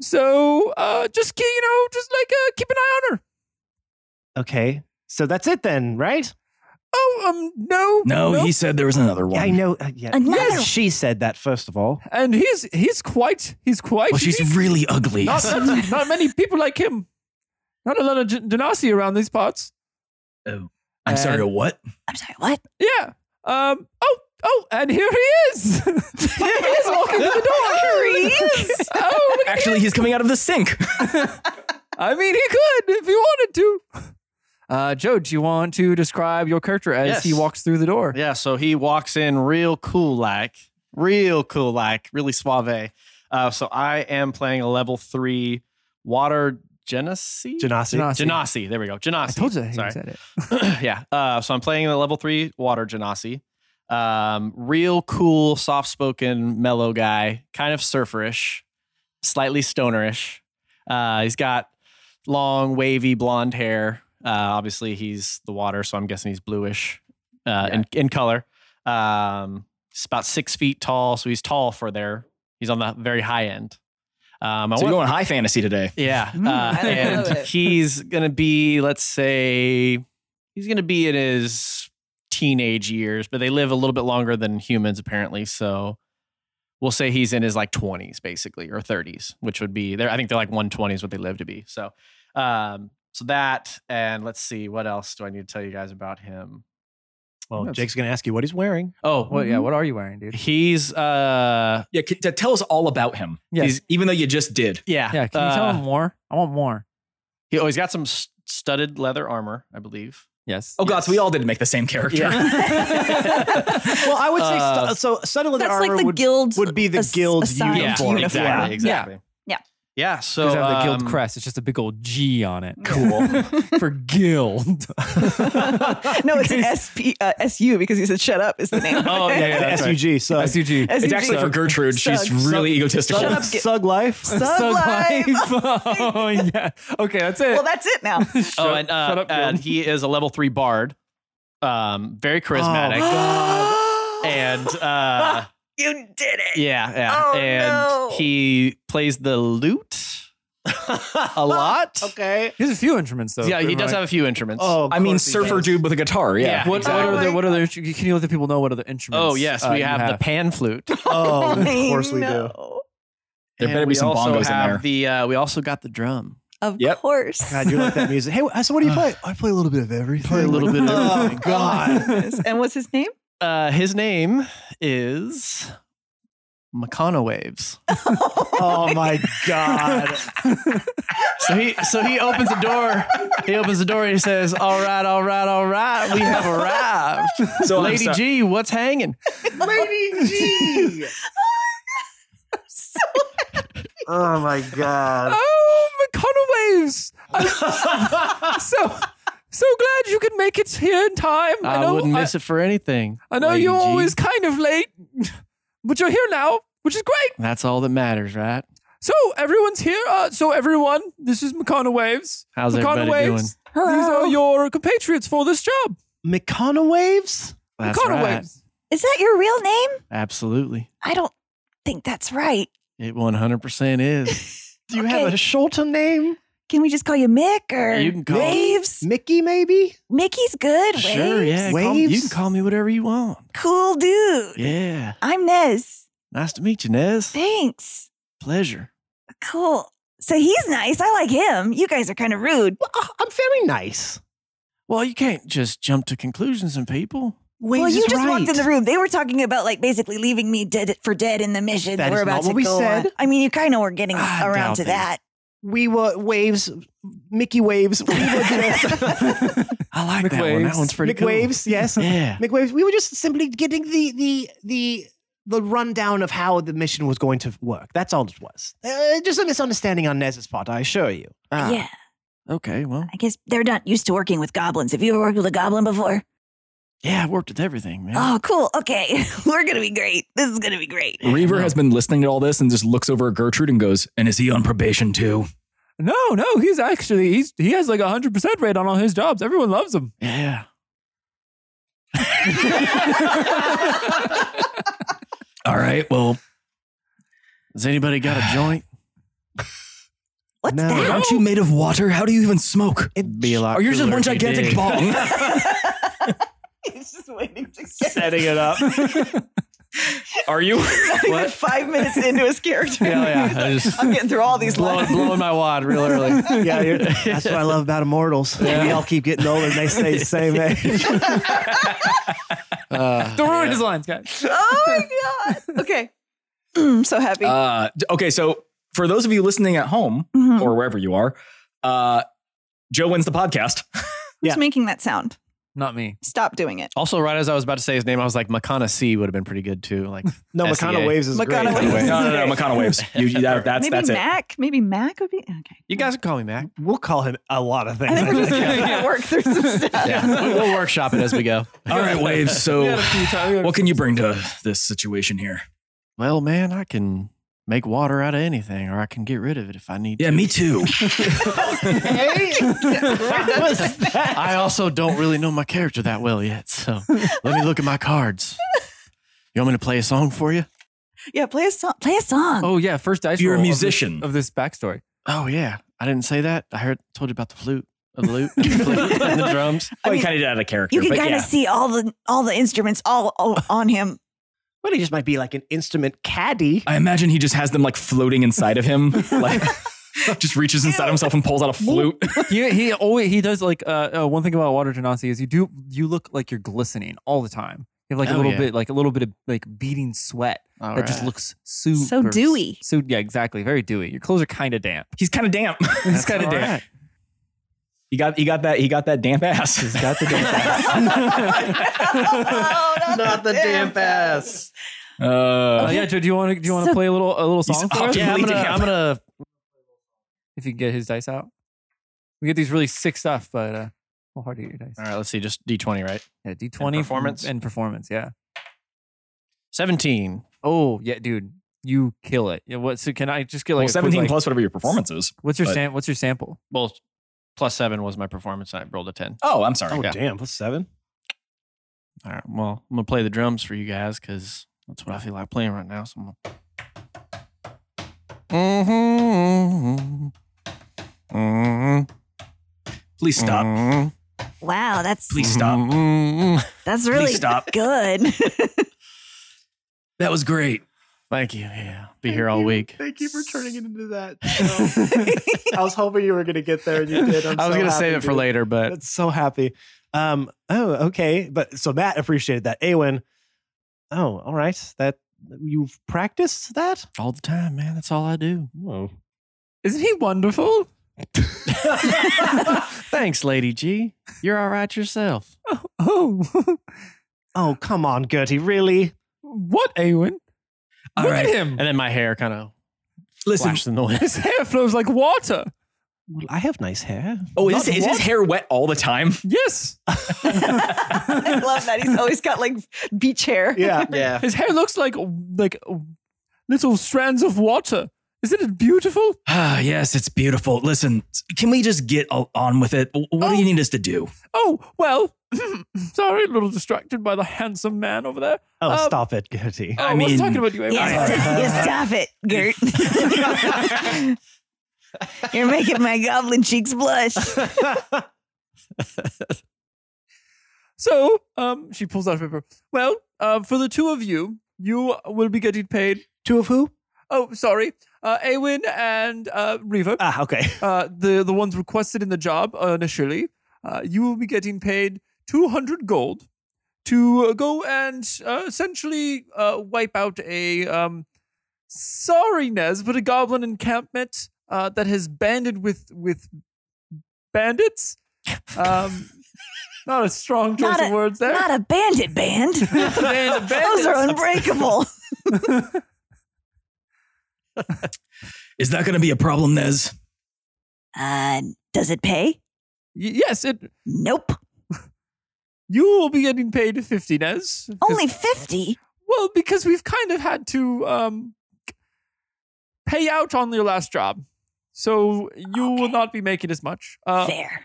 So uh, just ke- you know, just like uh, keep an eye on her.
Okay. So that's it then, right?
Oh um no
no, he said there was another one.
I know. uh, yeah.
Another
Yes,
one.
she said that, first of all.
and he's he's quite he's quite
Well, she's
unique.
really ugly.
not,
oh, <laughs>
not, not many people like him. Not a lot of Gen- Genasi around these parts.
I'm sorry.
and-
What?
I'm sorry. What?
Yeah. Um. Oh. Oh. And here he is. <laughs> here he is walking to the door. Here he is. <laughs> Oh. look at
Actually, he's coming out of the sink.
I mean, he could if he wanted to. Uh, Joe, do you want to describe your character as
Yes.
he walks through the door?
Yeah, so he walks in real cool like, real cool like, really suave. Uh, so I am playing a level three water genasi.
Janasi.
Genasi.
Genasi. There we go. Genasi.
I told you he
Sorry.
said it.
<clears throat> yeah. Uh, so I'm playing the level three water genasi. Um, real cool, soft spoken, mellow guy, kind of surferish, slightly stonerish. Uh, he's got long, wavy blonde hair. Uh, obviously, he's the water, so I'm guessing he's bluish uh, in, in color. Um, he's about six feet tall, so he's tall for there. He's on the very high end. Um, I
So
want-
you're going high fantasy today.
yeah.
Mm,
uh,
I love
and
it.
he's going to be, let's say, he's going to be in his teenage years, but they live a little bit longer than humans, apparently. So we'll say he's in his like 20s, basically, or 30s, which would be there. I think they're like 120 is what they live to be. So, um, so that, and let's see, what else do I need to tell you guys about him?
Well, Jake's going to ask you what he's wearing.
Oh,
Well, yeah. What are you wearing, dude?
he's, uh,
Yeah, c- t- tell us all about him.
Yes.
He's- even though you just did.
yeah.
Yeah. Can you tell
uh,
him more? I want more.
He, oh, he's got some s- studded leather armor, I believe.
Yes.
Oh, God, so we all didn't make the same character. <laughs>
Well, I would say
Uh,
stu- so. Suddenly,
That's
the armor
like the
would,
guild
would be the
ass-
guild
assigned
uniform.
uniform.
Exactly,
Yeah.
exactly.
Yeah.
Yeah. So
Does have the guild
um,
crest. It's just a big old G on it.
Cool.
<laughs> For
<laughs>
guild.
Oh,
no, it's an SP, uh, SU because he said shut up is the name.
Oh, yeah, yeah, that's right.
SUG. So
SUG.
SUG.
It's actually for Gertrude. She's
Sucks.
really egotistical.
Shut up. Get-
<laughs> Sug
<laughs>
life.
Sub
Sug
life.
life. <laughs> oh yeah. Okay, that's it.
<laughs> Well, that's it now.
Oh, and, uh,
shut up, guild.
and he is a level three bard. Um, very charismatic. <gasps> and uh,
You did
<laughs>
it.
yeah, yeah.
Oh,
and
no.
he plays the lute a lot.
Okay.
He has a few instruments though.
yeah, he does
Right.
have a few instruments.
Oh,
I mean, surfer dude with a guitar. Yeah.
Yeah.
What,
exactly.
what are
Oh
the
my
what are the can you let the people know what are the instruments?
Oh yes,
uh,
we
you
have, the pan flute.
Oh, of
I
course we do.
know.
There better
And
be
we
some
also
bongos in
have
there.
The uh, we also got
<laughs>
the drum.
Of
Yep.
course.
God, you like that music. Hey, so what do you play? <sighs> I play a little bit of everything.
Play a little bit of everything.
<laughs>
Yes. and what's his name?
Uh, his name is Meccano Waves.
Oh my god.
So he so he opens the door. He opens the door and he says, "All right, all right, all right, we have <laughs> arrived."
So I'm
Lady
sorry.
G, what's hanging?
Lady G. oh <laughs> my god.
<laughs> Oh McConnell waves. I'm so so glad you could make it here in time.
I, wouldn't miss it for anything.
I, know
Lady
you're
G.
always kind of late, but you're here now, which is great.
That's all that matters, right?
So everyone's here. Uh, so everyone, this is McConnell Waves.
How's
McConnell
everybody
Waves. These are your compatriots for this job.
Mecano waves?
doing? That's
McConnell
right.
Waves.
Is that your real name?
Absolutely,
I don't think that's right.
it one hundred percent
<laughs>
is.
Do you
Okay.
have a shorter name?
Can we just call you Mick or
You can call-
Waves?
Mickey, maybe?
Mickey's good.
sure,
Waves?
yeah. call- you
Waves?
can call me whatever you want.
Cool dude.
Yeah,
I'm Nez.
nice to meet you, Nez.
Thanks.
Pleasure.
Cool. So he's nice. I like him. You guys are kind of rude.
Well, I- I'm very nice.
Well, you can't just jump to conclusions in people.
Wayne
well,
is
you just
right.
walked in the room. They were talking about like basically leaving me dead for dead in the mission that,
That
we're
is
about
not
to
what we
go
said.
on. I mean, you kind of were getting
I
around
doubt
to
it.
that.
We were waves, Mickey waves. We were <laughs> just
I like that one. That
McWaves.
one's pretty
Mick
cool.
waves. <laughs> Yes,
Yeah.
Mick waves. We were just simply getting the the the the rundown of how the mission was going to work. That's all it was. Uh, just a misunderstanding on Nez's part, I assure you.
Ah,
Yeah.
Okay. Well,
I guess they're not used to working with goblins. Have you ever worked with a goblin before?
yeah, I worked with everything, man.
Oh, cool. Okay. <laughs> We're going to be great. This is going to be great.
Reaver has been listening to all this and just looks over at Gertrude and goes, "And is he on probation too?"
No, no, he's actually he's he has like a hundred percent rate on all his jobs. Everyone loves him.
Yeah.
All right. Well,
Has anybody got
<sighs>
a joint?
What's
No.
that?
aren't you made of water? How do you even smoke?
It'd be a lot.
Oh,
Or you're just
cooler
one
if you
gigantic
did. <laughs>
bong.
<laughs> He's just waiting to get
Setting it up. Are you?
not even
<laughs> What?
five minutes into his character.
Yeah, yeah.
<laughs>
I just-
I'm getting through all these
blowing,
lines.
<laughs> blowing my wad real
<laughs>
early.
Yeah, you're, that's what I love about immortals. We all keep getting older, and they stay the same eh? <laughs> age.
Uh,
Don't ruin his lines, guys.
Oh my god. Okay. <clears throat> Mm, so happy.
Uh, d- okay, so for those of you listening at home
Mm-hmm.
Mhm.
or wherever you are, uh, Joe wins the podcast.
yeah.
Who's making that sound?
Not me.
Stop doing it.
Also, right as I was about to say his name, I was like, Makana C would have been pretty good too. Like,
No,
SEA.
Makana waves is
Makana
great. by the
waves.
way.
no, no, no, McConnell waves. You, you- that- that's
Maybe
that's it.
Mac. Maybe Mac would be okay.
you guys can call me Mac.
We'll call him a lot of
I think we're
things.
just gonna work through some stuff.
We'll, we'll workshop it as we go.
<laughs> All right, waves. So,
Well,
what can you bring to this situation here?
well, man, I can make water out of anything, or I can get rid of it if I need.
Yeah, me too.
to. I also don't really know my character that well yet, so let me look at my cards. You want me to play a song for you?
Yeah, play a song.
Play a
<laughs>
song.
oh yeah, first dice.
You're a
roll of this-
musician.
of this, backstory.
Oh yeah, I didn't say that. I heard told you about the flute, uh, the lute, the, flute, and the
<laughs>
drums.
Well,
mean,
you kind of did out of character,
you can
but
kind of
yeah.
see all the all the instruments all, all on him.
Well, he just might be like an instrument caddy.
I imagine he just has them like floating inside of him, like just reaches inside himself and pulls out a flute.
he he always he does like uh, uh one thing about water genasi is you do you look like you're glistening all the time. You have like a
Oh,
little
yeah.
bit like a little bit of like beating sweat
All
that just
right.
looks super
dewy.
So yeah, exactly, very dewy. Your clothes are kind of damp.
<laughs>
He's kind of damp.
It's kind
all
of damp.
right.
He got he got that he got that damp ass. He's got the <laughs> damp
Oh, not, the damn
ass.
Uh,
Oh,
Uh,
yeah, Joe, do you want to do you want to
So-
play a little a little
He's
song for us?
up-
Yeah, I'm gonna, I'm gonna
If you can get his dice out, we get these really sick stuff, but uh, well, hard to get your dice.
All right, let's see. Just D20, right?
Yeah, D twenty
And performance?
and performance. Yeah.
17.
Oh yeah, dude, you kill it. Yeah. What? So can I just get like
well,
a quick,
seventeen
like-
plus whatever your performance is.
What's your
but-
sam- What's your sample?
Well, plus seven was my performance, and I rolled a 10.
Oh, I'm sorry.
Oh,
Yeah.
damn. Plus seven?
All right. Well, I'm gonna play the drums for you guys because that's what I feel like playing right now. So I'm gonna. Mhm, mhm,
Please <laughs> stop.
mhm,
Wow, that's
Please stop.
mhm.
that's really
stop.
good. <laughs>
That was great.
<laughs> Thank you. Yeah, be here all week.
Thank you for turning it into
<laughs>
that. I was hoping you were going to get there and you did. I'm
I was
so
gonna
happy,
save it for
dude.
later, but
That's so happy. Um, oh, okay. But so Matt appreciated that. Awen, oh, all right. That you've practiced that?
All the time, man. That's all I do.
Whoa.
Isn't he wonderful?
Thanks, Lady G. You're all right yourself.
Oh, <laughs>
Oh, come on, Gertie. Really?
what, Awen?
All
Look
right.
at him.
and then my hair kind of
Listen.
flashed the noise.
His hair flows like water.
Well, I have nice hair.
Oh, is,
Not
is his
what?
hair wet all the time?
Yes,
I love that. He's always got like beach hair.
Yeah.
Yeah.
his hair looks like like little strands of water. Isn't it beautiful?
<sighs> Ah, yes, it's beautiful. Listen, can we just get o- on with it? What do you need us to do?
Oh well. <laughs> Sorry, a little distracted by the handsome man over there.
Oh,
Um,
stop it, Gertie.
Oh,
I
I was
mean-
talking about you, Awen.
yes, <laughs> yes, stop it, Gert. You're making my goblin cheeks blush.
<laughs> So, um, she pulls out a paper. Well, uh, for the two of you, you will be getting paid.
Two of who?
Oh, sorry. uh, Awen and uh, Reva,
Ah, okay.
uh, the the ones requested in the job uh, initially, uh, you will be getting paid two hundred gold to uh, go and uh, essentially uh, wipe out a um, sorry Nez, but a goblin encampment uh, that has banded with with bandits. Um, not a strong choice
Not
of words there.
Not a bandit band.
<laughs> Band of
Those are
bandits.
unbreakable.
Is that going to be a problem, Nez?
<laughs> Uh, does it pay?
Y- yes, it.
Nope.
You will be getting paid fifty Nez. 'cause-
Only 50?
Well, because we've kind of had to um, pay out on your last job. So you will
Okay.
not be making as much.
Oh.
Uh,
Fair.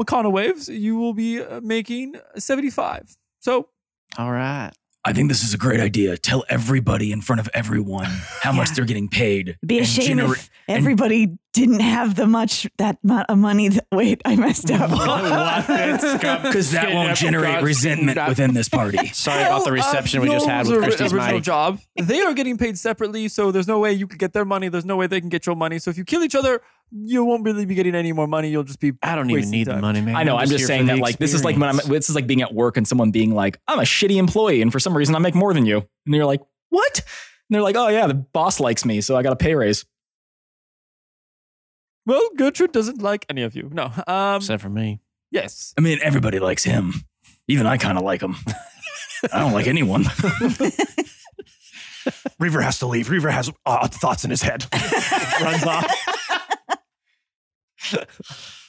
Wakana Waves, you will be uh, making 75. So
<laughs> All right.
I think this is a great idea. Tell everybody in front of everyone how much
Yeah.
they're getting paid.
<laughs> Be a
and
shame
gener-
if everybody didn't have the much, that amount of money. That, wait, I messed up.
because that won't generate resentment within
<laughs>
this party.
Sorry about the
Hell,
reception
uh,
we just had with
Yoel's ori-
Christy's
original
mic.
job. They are getting paid separately, so there's no way you could get their money. There's no way they can get your money. So if you kill each other, you won't really be getting any more money. You'll just be.
I don't even
wasting
need the
time.
money, man.
I know. I'm just,
here for
saying
the
that like this is like when I'm
experience.
this is like being at work and someone being like, I'm a shitty employee, and for some reason I make more than you, and you're like, what? And they're like, oh yeah, the boss likes me, so I got a pay raise.
Well, Gertrude doesn't like any of you. No. Um,
Except for me.
yes.
I mean, everybody likes him. Even I kind of like him. I don't like anyone.
<laughs> Reaver has to leave. Reaver has odd thoughts in his head. <laughs> Runs off.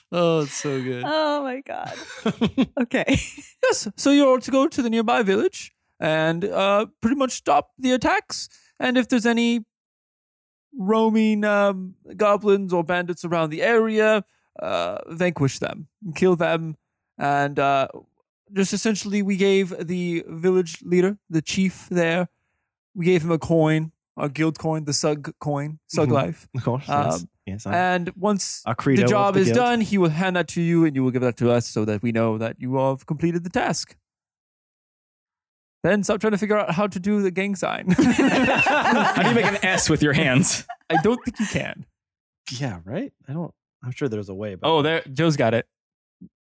Oh, it's so good.
Oh my god. okay.
Yes. So you're to go to the nearby village and uh, pretty much stop the attacks. And if there's any roaming um, goblins or bandits around the area, uh, vanquish them, kill them, and uh, just essentially we gave the village leader, the chief there, we gave him a coin, a guild coin, the Sug coin, Sug
Mhm.
life.
Of course.
yes. Um,
yes.
And once
<laughs> a credo.
the job is done, he will hand that to you, and you will give that to us so that we know that you have completed the task. Then stop trying to figure out how to do the gang sign. <laughs>
How do you make an S with your hands?
I don't think you can.
Yeah. Right. I don't. I'm sure there's a way. But
Oh, there, Joe's got <laughs> it.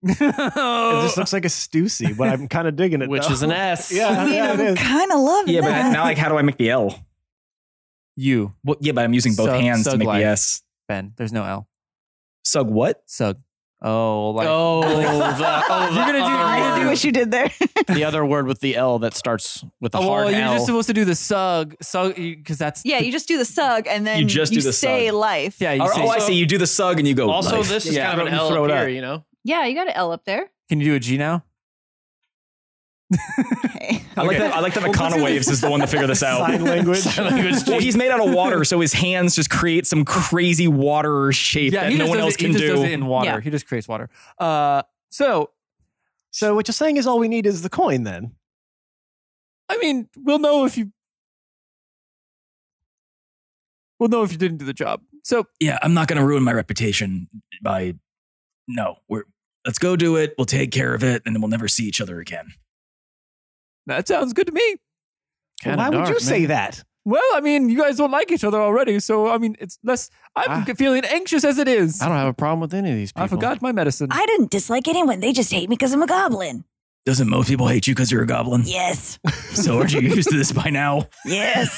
this looks like a Stussy, but I'm kind of digging it.
Which
though.
is an S.
<laughs> Yeah. yeah it
I'm
is.
kind of loving
Yeah, but
that.
now like, how do I make the L?
you,
Well, yeah, but I'm using both
Sug-
hands to
sug
make
life.
the S.
Ben. There's no L.
Sug what?
Sug. Oh, like
Oh, the, oh, the
You're gonna do-
other
<laughs> I see
word.
what you did there.
the other word with the L that starts with a
Oh,
hard
you're
L.
just supposed to do the sug, sug, because that's
Yeah, you just do the sug and then
You just do the
say
sug.
life.
yeah. You
Oh,
say-
oh, I
so-
see. You do the sug and you go.
also,
life.
this is
Yeah.
kind of an
You
L
throw it
up
up.
here, Oh, you know?
Yeah, you got an L up there.
can you do a G now?
Okay.
I like
Okay.
that. I like that.
Well,
Makana
let's do
waves
this.
is the one to figure this <laughs> out.
Sign language. <laughs>
Well, he's made out of water, so his hands just create some crazy water shape
yeah,
that
he
no
just
one
does
else
it,
can
he just does it
do.
in water.
Yeah.
He just creates water. Uh, so
so what you're saying is all we need is the coin then.
I mean, we'll know if you. We'll know if you didn't do the job. So
Yeah, I'm not going to ruin my reputation by. No, we're let's go do it. We'll take care of it, and then we'll never see each other again.
that sounds good to me.
Kinda
Why would
dark,
you
man.
say that?
Well, I mean, you guys don't like each other already, so I mean, it's less. I'm
Ah.
feeling anxious as it is.
I
I,
don't have a problem with any of these people.
forgot my medicine.
I didn't dislike anyone. They just hate me because I'm a goblin.
Doesn't most people hate you because you're a goblin?
Yes.
So aren't you used to this by now?
<laughs>
Yes.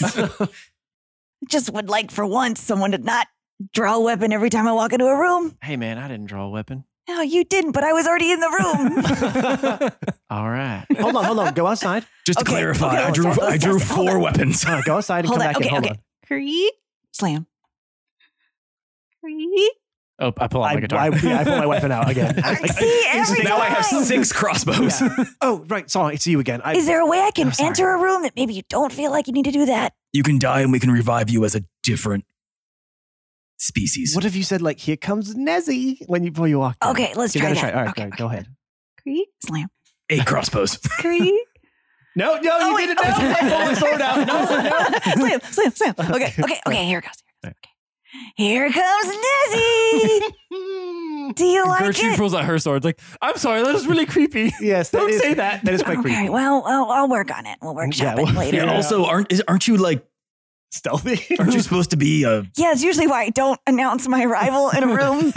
just would like for once someone to not draw a weapon every time I walk into a room.
Hey, man, I didn't draw a weapon.
No, you didn't, but I was already in the
<laughs>
room.
All right.
Hold on. Hold on. Go outside.
Just
Okay, okay, let's stop, let's stop, hold on.
weapons.
Uh, go outside and
Hold
come
on,
back
okay,
in. Hold
okay.
on.
Creak. Slam. Creak.
Oh, I pull out my guitar.
I, I, yeah, I pull my weapon out again.
<laughs>
I- I-
See, every
Now I have
time.
six crossbows.
oh, right. Sorry. It's you again. I,
Is there a way I can
I'm sorry.
enter a room that maybe you don't feel like you need to do that?
You can die, and we can revive you as a different species.
what if you said like, "Here comes Nezzy" when you before you walked? in?
Okay, let's
You
try
gotta
that.
try. All right,
okay,
all right, go
okay.
ahead.
Creak. Slam.
Eight <laughs> crossbows.
Creak.
No, no,
Oh,
you
wait,
didn't. know.
okay.
Pull the sword out. No, no.
slam, slam, slam. Okay, okay, okay. Here it goes. Here it goes. Okay. Here comes <laughs> Nezzy. Do you like
Gertrude
it?
pulls out her sword. Like, I'm sorry, that is really
<laughs>
creepy.
Yes, that
Don't
is-
say that.
That is quite
Okay,
creepy.
well, <laughs> I'll, I'll work on it. We'll workshop
well,
it later.
Yeah. Also, aren't is, aren't you like
Stealthy.
Aren't you supposed to be uh, a?
Yeah, it's usually why I don't announce my arrival in a room.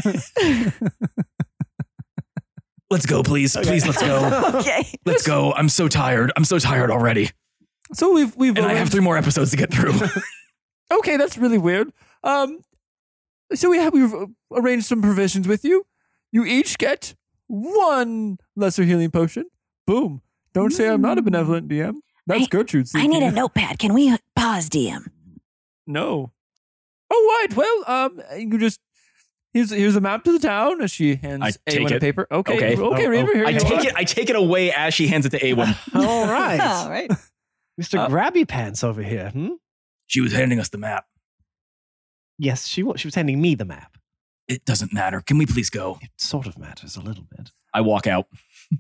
Let's go, please, please, let's go,
<laughs>
okay.
let's go. I'm so tired. I'm so tired already,
So we've we've
and I
arranged-
have three more episodes to get through.
okay, that's really weird. Um, so we have we've arranged some provisions with you. You each get one lesser healing potion. Boom! Don't say I'm not a benevolent
Hmm.
DM. That's
I-
Gertrude's.
I need a
thinking.
notepad. Can we pause, DM?
No. Oh, right. Well, um, you just here's here's a map to the town. As she hands
I
a
take
one a
it.
paper. Okay,
Okay. Oh,
okay, Reaver, here
I
you
take
are.
it. I take it away as she hands it to Awen.
All
All
<laughs>
right.
right.
Mr.
Uh,
Grabby Pants over here. Hmm?
She was handing us the map.
Yes, she was. She was handing me the map.
It doesn't matter. Can we please go?
It sort of matters a little bit.
I walk out.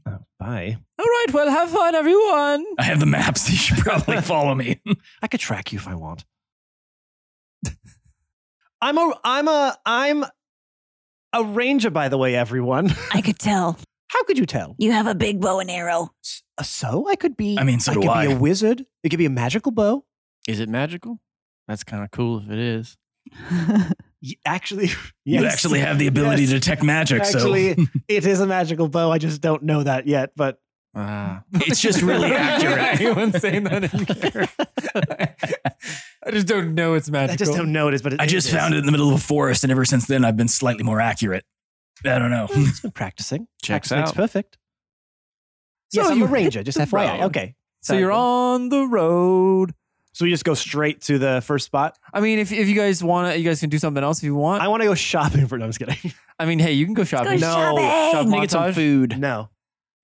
Oh, bye.
All right. Well, have fun, everyone.
I have the maps. You should probably follow me.
I could track you if I want. <laughs> I'm a I'm a I'm a ranger, by the way, everyone. <laughs>
I could tell
How could you tell?
you have a big bow and arrow.
S- So I could be.
I mean, so
I
do
could
I.
be a wizard. It could be a magical bow.
Is it magical? That's kind of cool if it is.
Y- actually, <laughs>
You
yes.
actually have the ability
<laughs> Yes.
to detect magic,
Actually,
so
it is a magical bow. I just don't know that yet. But
Ah.
it's <laughs> just <laughs> really
<laughs>
accurate.
Anyone saying that in character. <laughs> I just don't know it's magical.
I just don't know it is. But it,
I just found it in the middle of a forest, and ever since then, I've been slightly more accurate. I don't know.
It's been <laughs> practicing.
Checks
Practice makes
out.
perfect.
So
yes, I'm
you
a
hit
ranger. Just
the road.
FYI. Okay.
So you're on the road.
So we just go straight to the first spot.
I mean, if, if you guys want to, you guys can do something else if you want.
I want to go shopping for. No, I'm just kidding.
I mean, hey, you can go shopping.
Let's go
No.
Shop
shopping.
Let me get some
montage.
food.
No.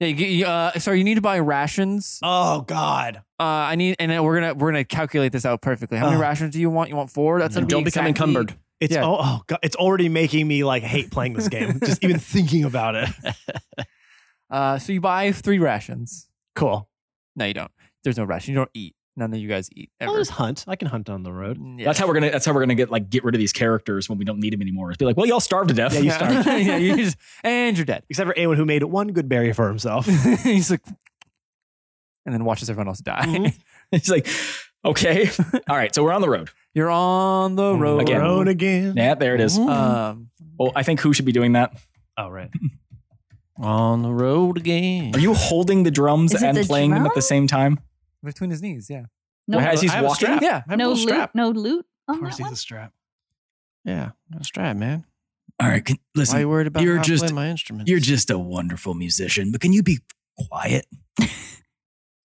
Yeah, you, get- you, uh, sorry, you need to buy rations.
Oh God.
Uh, I need, and then we're gonna we're gonna calculate this out perfectly. How many
Oh.
rations do you want? You want four? That's gonna
And don't
be
become
exactly-
encumbered.
It's
Yeah.
oh, oh God, it's already making me like hate playing this <laughs> game. just even thinking about <laughs> it.
Uh, so you buy three rations.
Cool.
No, you don't. There's no ration. You don't eat. None of you guys eat ever.
I'll just hunt. I can hunt on the road.
Yeah.
That's how we're gonna. That's how we're gonna get like get rid of these characters when we don't need them anymore. It's be like, well, y'all starved to death.
Yeah, you
<laughs>
start.
yeah, you just, and you're dead. <laughs>
Except for anyone who made one good berry for himself.
He's like, <laughs> and then watches everyone else die.
Mhm.
<laughs> It's like, okay, <laughs> all right. So we're on the road.
You're on the road.
Mm, Again.
Road again.
Yeah, there it is.
uh,
Um,
Well, I think who should be doing that?
Oh right.
<laughs> On the road again.
Are you holding the drums
Is it
and
the
playing them at the
drum?
same time?
between his knees. Yeah.
No,
Well, as he's
I have a
walking,
strap.
Yeah.
I have a
no
little
loot.
strap.
No loot.
Of
On
course
that
he's
one?
a strap.
Yeah, a strap, man.
All right, can,
Why are
listen,
you worried about
you're
how I
just-
play my instruments?
you're just a wonderful musician, but can you be quiet?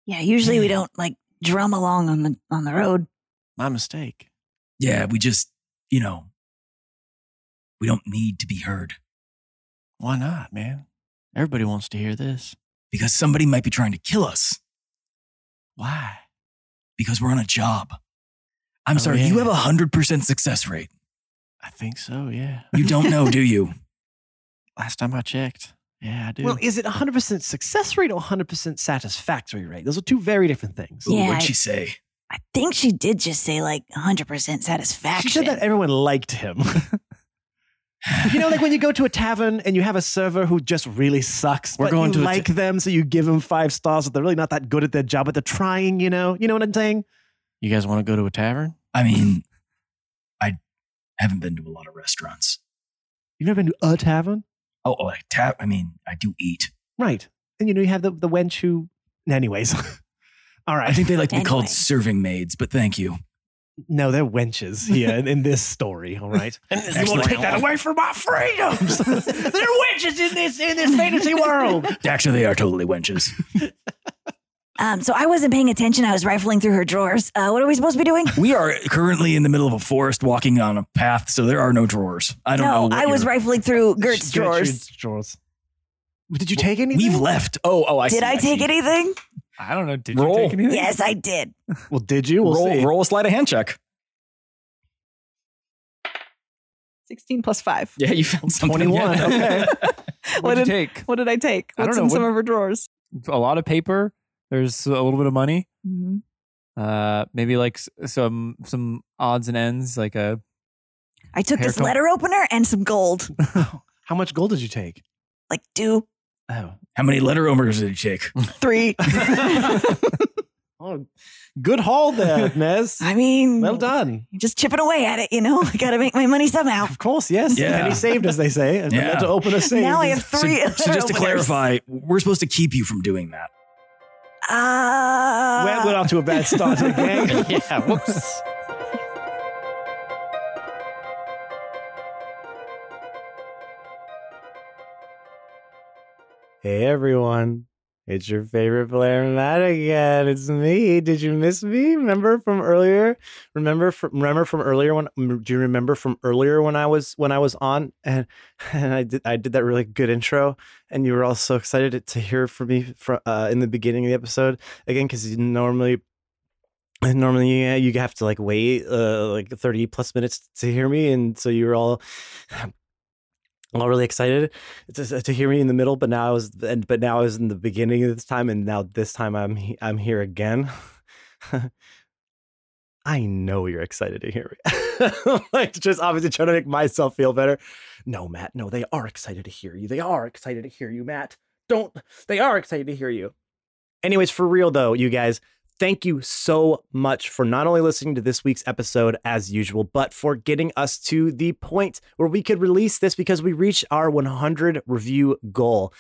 Yeah, usually we don't like drum along on the on the road.
my mistake.
Yeah, we just, you know, we don't need to be heard
Why not, man? Everybody wants to hear this.
because somebody might be trying to kill us
Why?
because we're on a job. I'm
Oh,
sorry,
yeah.
you have a hundred percent success rate.
I think so, yeah.
You don't know, do you?
Last time I checked. Yeah, I do.
Well, is it 100% success rate or 100% satisfactory rate? Those are two very different things.
Ooh,
Yeah,
what'd
I-
she say?
I think she did just say like 100% satisfaction.
She said that everyone liked him. <laughs> you know, like when you go to a tavern and you have a server who just really sucks,
We're
but
going
you
to a
like
ta-
them, so you give them five stars, but they're really not that good at their job, but they're trying, you know? You know what I'm saying?
you guys want to go to a tavern?
I mean, I haven't been to a lot of restaurants.
You've never been to a tavern?
Oh, oh I tap. I mean, I do eat.
Right. And you know, you have the, the wench who. Anyways. <laughs> All
I
right.
think they like to be called
Anyway.
serving maids, but thank you.
No, they're wenches here in, in this story. All right. <laughs>
And
you won't take that
away from my <laughs> freedoms. they're wenches in this in this fantasy <laughs> world.
Actually, they are totally wenches.
Um, so I wasn't paying attention. I was rifling through her drawers. Uh, what are we supposed to be doing?
we are currently in the middle of a forest walking on a path, so there are no drawers. I don't know.
no,
what
I was
you're-
rifling through Gert's drawers.
Gertrude's drawers. Did you take anything?
We've left. Oh, oh, I
did
see,
I take
see.
anything?
I don't know. Did
Roll.
you take anything?
Yes, I did.
Well, did you? We'll
roll,
see.
roll a sleight of hand check.
Sixteen plus five.
Yeah, you found something.
21, okay.
What
What did
did-
you take?
What did I take?
I don't
What's
know.
in some
What-
of her drawers?
A lot of paper. There's a little bit of money.
Mhm.
Uh, maybe like s- some some odds and ends, like a
I took
Hair
this
comb.
letter opener and some gold.
How much gold did you take?
Like two,
Oh,
<laughs> How many letter owners did you take?
Three.
oh Oh, good haul there, <laughs> Nez.
I mean,
well done.
just chipping away at it, you know? I got to make my money somehow.
Of course, yes.
Yeah.
And he saved, as they say. And
Yeah.
meant to open a save.
Now I have
is-
So,
three.
so
<laughs>
just to
openers.
clarify, we're supposed to keep you from doing that.
Ah.
Well, went off to a bad start <laughs> again.
yeah, whoops.
Hey everyone, it's your favorite player, Matt again. It's me. Did you miss me? Remember from earlier? Remember from remember from earlier when? m- Do you remember from earlier when I was when I was on and <laughs> and I did I did that really good intro and you were all so excited to, to hear from me from uh, in the beginning of the episode again because normally. And normally, yeah, you have to like wait uh, like thirty plus minutes to hear me, and so you were all <sighs> all really excited to, to hear me in the middle, but now I was and but now I was in the beginning of this time, and now this time I'm he- I'm here again. I know you're excited to hear me. <laughs> like just obviously trying to make myself feel better. No, Matt, no, they are excited to hear you. They are excited to hear you, Matt. Don't they are excited to hear you. Anyways, for real though, you guys, thank you so much for not only listening to this week's episode as usual, but for getting us to the point where we could release this because we reached our 100 review goal.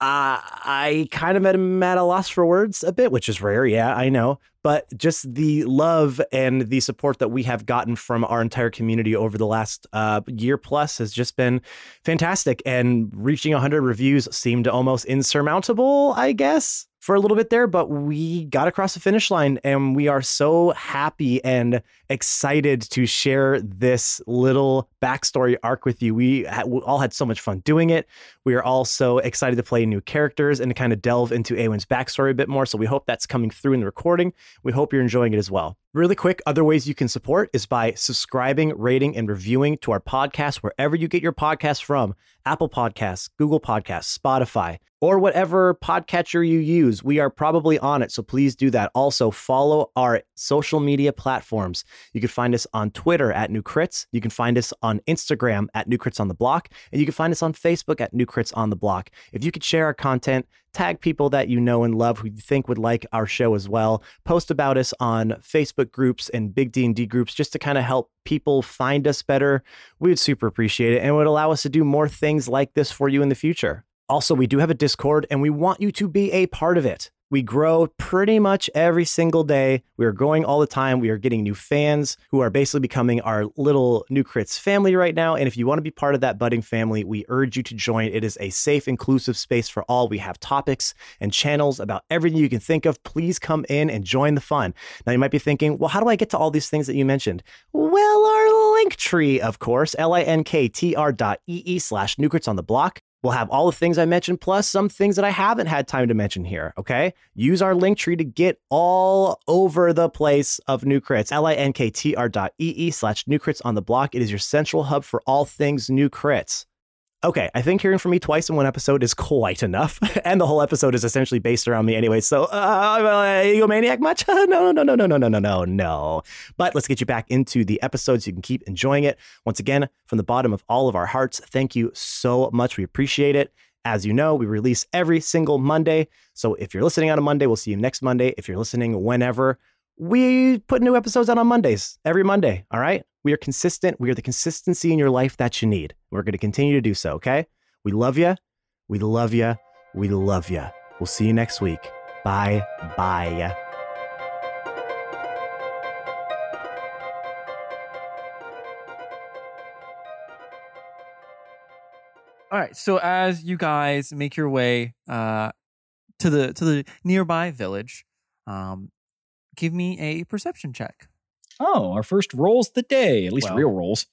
Uh, I kind of am at a loss for words a bit, which is rare. Yeah, I know. But Uh, just the love and the support that we have gotten from our entire community over the last uh, year plus has just been fantastic. And reaching 100 reviews seemed almost insurmountable, I guess, for a little bit there. But we got across the finish line and we are so happy and excited to share this little backstory arc with you. We ha- we all had so much fun doing it. We are all so excited to play new characters and to kind of delve into Awen's backstory a bit more. So we hope that's coming through in the recording. We hope you're enjoying it as well. Really quick, other ways you can support is by subscribing, rating, and reviewing to our podcast wherever you get your podcast from Apple Podcasts, Google Podcasts, Spotify, or whatever podcatcher you use. We are probably on it, so please do that. Also, follow our social media platforms. You can find us on Twitter at New Crits. You can find us on Instagram at New Crits on the Block. And you can find us on Facebook at New Crits on the Block. If you could share our content, tag people that you know and love who you think would like our show as well. Post about us on Facebook groups and big D&D groups just to kind of help people find us better. We would super appreciate it and it would allow us to do more things like this for you in the future. Also, we do have a Discord and we want you to be a part of it. We grow pretty much every single day. We are growing all the time. We are getting new fans who are basically becoming our little new crits family right now. And if you want to be part of that budding family, we urge you to join. It is a safe, inclusive space for all. We have topics and channels about everything you can think of. Please come in and join the fun. Now, you might be thinking, well, how do I get to all these things that you mentioned? Well, our link tree, of course, linktr dot ee slash newcrits on the block. We'll have all the things I mentioned, plus some things that I haven't had time to mention here. Okay. Use our link tree to get all over the place of new crits. linktr dot ee slash new crits on the block. It is your central hub for all things new crits. Okay, I think hearing from me twice in one episode is quite enough, <laughs> and the whole episode is essentially based around me anyway. So, uh, well, egomaniac much? <laughs> no, no, no, no, no, no, no, no, no, no. But let's get you back into the episode so you can keep enjoying it. Once again, from the bottom of all of our hearts, thank you so much. We appreciate it. As you know, we release every single Monday. So if you're listening on a Monday, we'll see you next Monday. If you're listening whenever, we put new episodes out on Mondays, every Monday. All right. We are consistent. We are the consistency in your life that you need. We're going to continue to do so. Okay. We love you. We love you. We love you. We'll see you next week. Bye. Bye.
All right. So as you guys make your way uh, to the to the nearby village, um, give me a perception check.
Oh, our first rolls the day, at least
Well.
real rolls.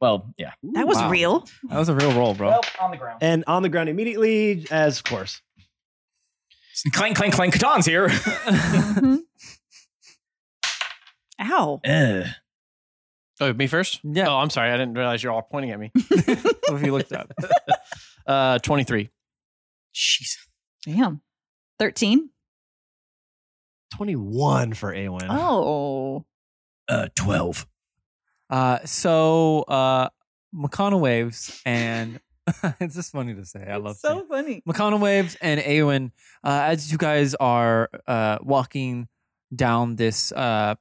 Well, yeah.
that was
Wow.
real.
That was a real roll, bro.
on the ground.
and on the ground immediately, as of course.
Clank, clank, clank. Katan's
<laughs>
here.
Mhm. Ow.
Eh.
Ugh.
Oh, me first?
Yeah.
Oh, I'm sorry. I didn't realize you're all pointing at me. <laughs>
if you looked up.
Uh, 23.
Jeez.
Damn. 13.
21 for Awen.
Oh.
Uh, 12.
Uh, so uh, McConnell waves, and <laughs> it's just funny to say. I love saying
so funny.
McConnell waves and Awen uh, as you guys are uh, walking down this uh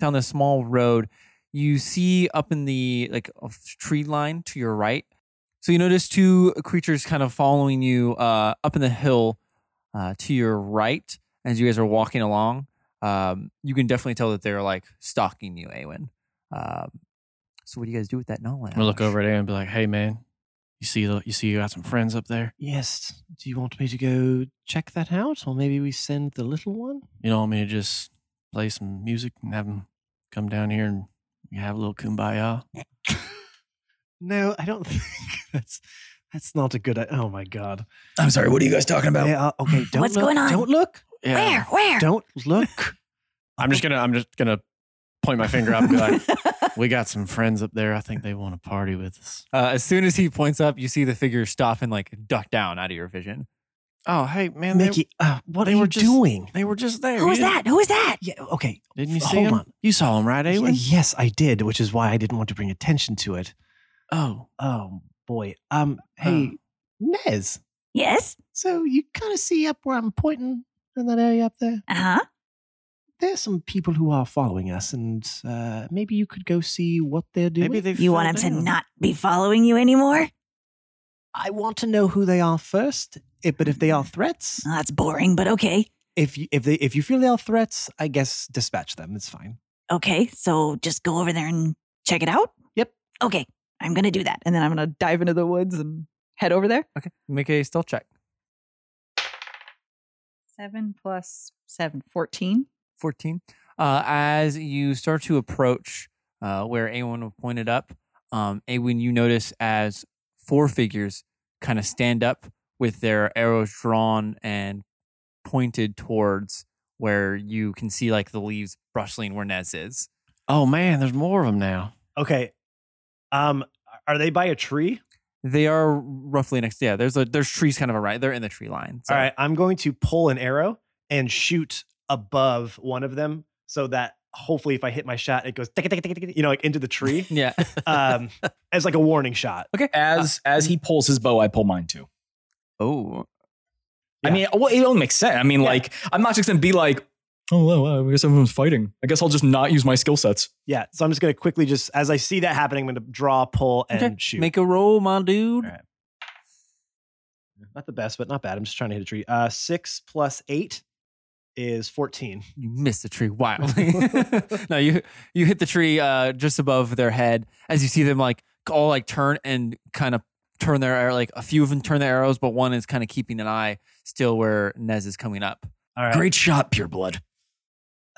down this small road. You see up in the like a tree line to your right. So you notice two creatures kind of following you uh up in the hill uh to your right as you guys are walking along. Um you can definitely tell that they're like stalking you, Awen. Um so what do you guys do with that knowledge?
I'm gonna look over at Aaron and be like, "Hey, man, you see, the, you see, you got some friends up there.
Yes. Do you want me to go check that out, or maybe we send the little one?
You know, want me to just play some music and have them come down here and we have a little kumbaya."
No, I don't <laughs> think that's that's not a good. i- Oh my god.
I'm sorry, what are you guys talking about?
Yeah, uh, okay. Don't
What's
look,
going on? <laughs>
Don't look.
Yeah.
Where? Where?
Don't <laughs> look.
I'm just gonna, I'm just gonna point my finger up and be
<laughs>
like,
We got some friends up there. I think they want to party with us.
Uh, as soon as he points up, you see the figure stop and like duck down out of your vision.
"Oh, hey, man, they,
Mickey, uh, what
they
are you
were just-
doing?
they were just there.
Who
You
is
didn't-
that? Who is that?
Yeah. Okay.
Didn't you
F-
see
hold
him?
on.
You saw him, right,
Y-
Awen?
yes, I did, which is why I didn't want to bring attention to it.
Oh, uh,
Oh boy. Um. Hey, Nez.
Yes.
So you kind of see up where I'm pointing in that area up there.
Uh huh.
There's some people who are following us, and uh, maybe you could go see what they're doing.
maybe they.
You
fell
want him to
down.
not be following you anymore?
I want to know who they are first. eh, But if they are threats,
Well, that's boring, but okay.
if you, if they if you feel they are threats, I guess dispatch them. It's fine.
Okay. So just go over there and check it out.
Yep.
Okay. I'm gonna do that.
<laughs> and then I'm gonna dive into the woods and head over there.
Okay, make a stealth check.
Seven plus seven, <laughs> 14.
14. Uh, as you start to approach uh, where A1 pointed up, um, A1, you notice as four figures kind of stand up with their arrows drawn and pointed towards where you can see like the leaves brushing where Nez is.
Oh man, there's more of them now.
Okay. Um, are they by a tree?
They are roughly next. Yeah, there's a, there's trees kind of a right. They're in the tree line. So.
All right, I'm going to pull an arrow and shoot above one of them so that hopefully if I hit my shot, it goes tick, tick, tick, tick, you know like into the tree
<laughs>
Yeah.
<laughs> um, as like a warning shot.
As as he pulls his bow, I pull mine too.
oh.
Yeah.
I mean, well, it only makes sense. I mean,
Yeah.
like, I'm not just gonna be like, oh, well, I guess everyone's fighting. I guess I'll just not use my skill sets.
Yeah, so I'm just going to quickly just as I see that happening, I'm going to draw, pull,
<laughs>
and
Okay,
shoot.
Make a roll, my dude.
All right. not the best, but not bad. I'm just trying to hit a tree. Uh, six plus eight is fourteen.
you miss the tree wildly. <laughs> no, you you hit the tree uh, just above their head as you see them like all like turn and kind of turn their arrow. Like a few of them turn their arrows, but one is kind of keeping an eye still where Nez is coming up.
All right,
Great shot, pure blood.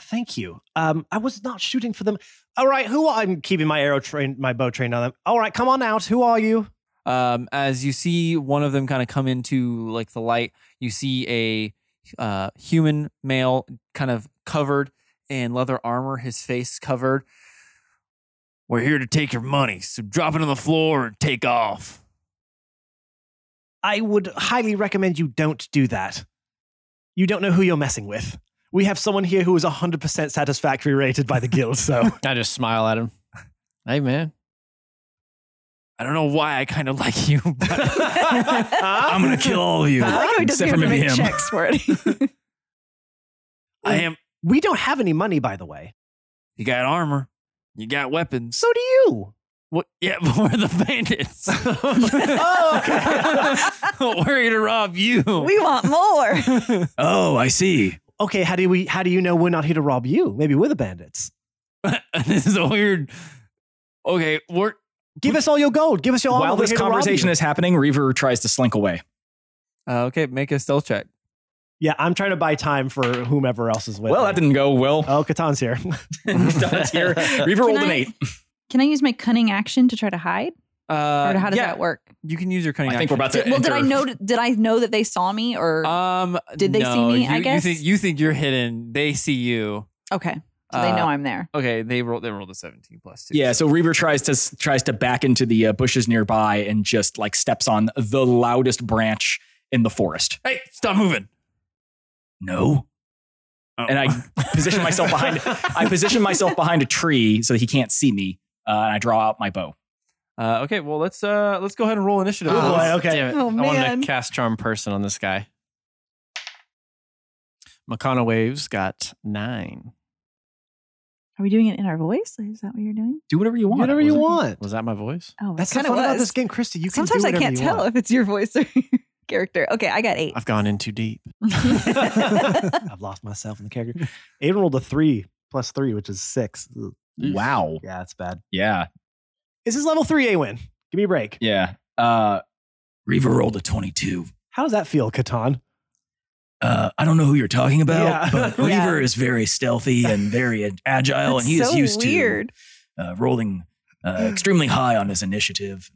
Thank you. Um, I was not shooting for them. All right, who are, I'm keeping my arrow train, my bow trained on them. All right, come on out. Who are you?
Um, as you see one of them kind of come into like the light, you see a uh, human male kind of covered in leather armor, his face covered. We're here to take your money, so drop it on the floor and take off.
I would highly recommend you don't do that. You don't know who you're messing with. We have someone here who is 100% satisfactory rated by the guild, so.
I just smile at him. Hey, man.
I don't know why I kind of like you, but
<laughs>
I'm gonna kill all of you.
I like how he doesn't
Except for
have to
maybe
make
him.
checks for it.
I am.
we don't have any money, by the way.
You got armor. You got weapons.
So do you.
What? Yeah, <laughs> but we're the <laughs> bandits. Oh. <laughs> we're here to rob you.
we want more.
Oh, I see.
Okay, how do we how do you know we're not here to rob you? Maybe we're the bandits.
<laughs> this is a weird. Okay, we're
Give us all your gold. Give us your armor.
While
We're
this
here to rob
conversation
you.
is happening, Reaver tries to slink away.
uh, okay. Make a stealth check.
Yeah, I'm trying to buy time for whomever else is with
Well,
me.
that didn't go well.
Oh, Katan's here.
Don's here. Reaver rolled an
I-
eight.
Can I use my cunning action to try to hide?
Uh,
or how does
yeah,
that work?
You can use your cunning.
I think we're about to.
Did, well, did I
enter-
know? Did I know that they saw me? Or
Um,
Did they see
no,
me, I
you-
guess?
you think you think you're hidden. They see you.
okay, so they
Uh,
know I'm there.
Okay, they rolled. They rolled a seventeen plus two.
Yeah, so Reaver tries to tries to back into the uh, bushes nearby and just like steps on the loudest branch in the forest.
hey, stop moving.
No.
Oh.
And I position myself behind- I position myself behind a tree so that he can't see me, uh, and I draw out my bow.
Uh, okay, well let's uh let's go ahead and roll initiative. <laughs>
Oh, boy, okay.
Damn it.
Oh,
I wanted
man.
to cast charm person on this guy. Makana Waves got nine.
Are we doing it in our voice? Is that what you're doing?
Do whatever you
want. Whatever you
Wasn't-
want.
Was that my voice?
Oh,
<laughs> That's the
kind
fun
of
about this game, Christy. You can
Sometimes
do
I
whatever
can't
you
tell
want.
if it's your voice or your character. Okay, I got eight. <laughs>
I've gone in too deep.
I've lost myself in the character. Aiden rolled a three plus three, which is six. Ugh.
Wow.
Yeah, that's bad.
Yeah.
This is level three, Awen. Give me a break.
Yeah. Uh,
Reva rolled a 22.
How does that feel, Catan?
Uh, I don't know who you're talking about,
Yeah.
but
Yeah.
Reaver is very stealthy and very
Oh,
agile,
That's
and he
so
is used
weird.
to uh, rolling uh, extremely high on his initiative.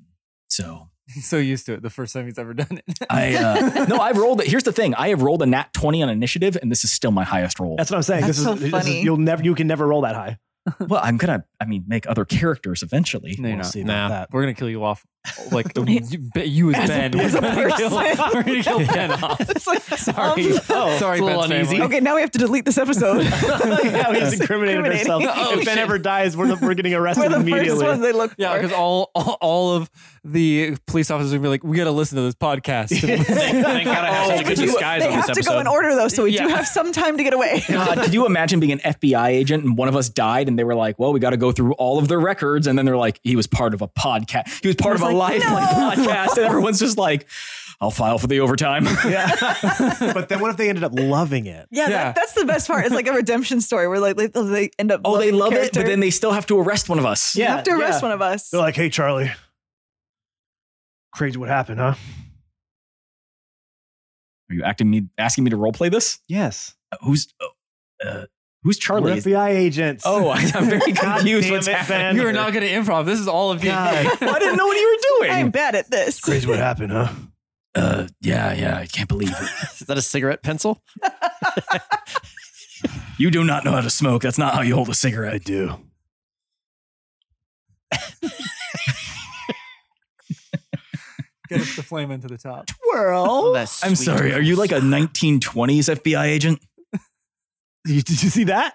So
He's so used to it. The first time he's ever done it. <laughs>
I, uh,
no, I've rolled it. Here's the thing. I have rolled a nat 20 on initiative, and this is still my highest roll.
<laughs> That's what I'm saying.
That's
this, is,
so
this is-
funny.
you'll never you can never roll that high.
well, I'm going to, I mean, make other characters eventually.
No, you're not.
Nah.
We're gonna kill you <laughs> off. Like you, you as, Ben.
as a
we're, gonna kill,
person. Um,
we're gonna kill Ben <laughs> off.
It's like, <laughs>
Sorry.
um,
oh, Sorry, Ben's
it's a little
family.
okay, now we have to delete this episode.
yeah, we just
Incriminating.
incriminated
<laughs>
ourselves.
Oh,
if Ben
shit.
ever dies, we're,
<laughs>
we're getting arrested
We're the first
immediately.
ones they look
Yeah,
for.
because all, all all of the police officers would be like, we gotta listen to this <laughs> podcast.
Thank God I have such a good
They do-
disguise
they
on
have
this
to
episode.
go in order though, so we
Yeah.
do have some time to get away.
God, Uh, could you imagine being an FBI agent and one of us died and they were like, well, we got to go through all of their records. And then they're like, he was part of a podcast. He was part
was
of a
like,
lifeline <laughs>
"No."
podcast. And everyone's just like, I'll file for the overtime.
yeah. but then what if they ended up loving it?
Yeah,
Yeah.
That, that's the best part. It's like a redemption story where like they, they end up.
<laughs> oh, they
loving the
love it,
character.
but then they still have to arrest one of us.
You have to arrest
yeah.
one of us.
They're like, hey Charlie. Crazy what happened, huh?
Are you acting me, asking me to roleplay this?
Yes.
uh, who's
Uh, who's Charlie?
We're
Is-
FBI agents.
Oh, <laughs> I- I'm very
God
confused.
damn
What's
it,
happening?
Ben.
you are not gonna improv. This is all of you. <laughs>
I didn't know what you were doing.
I'm bad at this.
crazy <laughs> what happened, huh?
uh, yeah, yeah, I can't believe it.
<laughs>
<laughs>
Is that a cigarette pencil?
You do not know how to smoke. That's not how you hold a
I
cigarette.
do.
Get the flame into the <laughs> top.
Twirl.
Oh, That's
I'm
sweet.
sorry. Are you like a 1920s FBI agent?
You- Did you see that?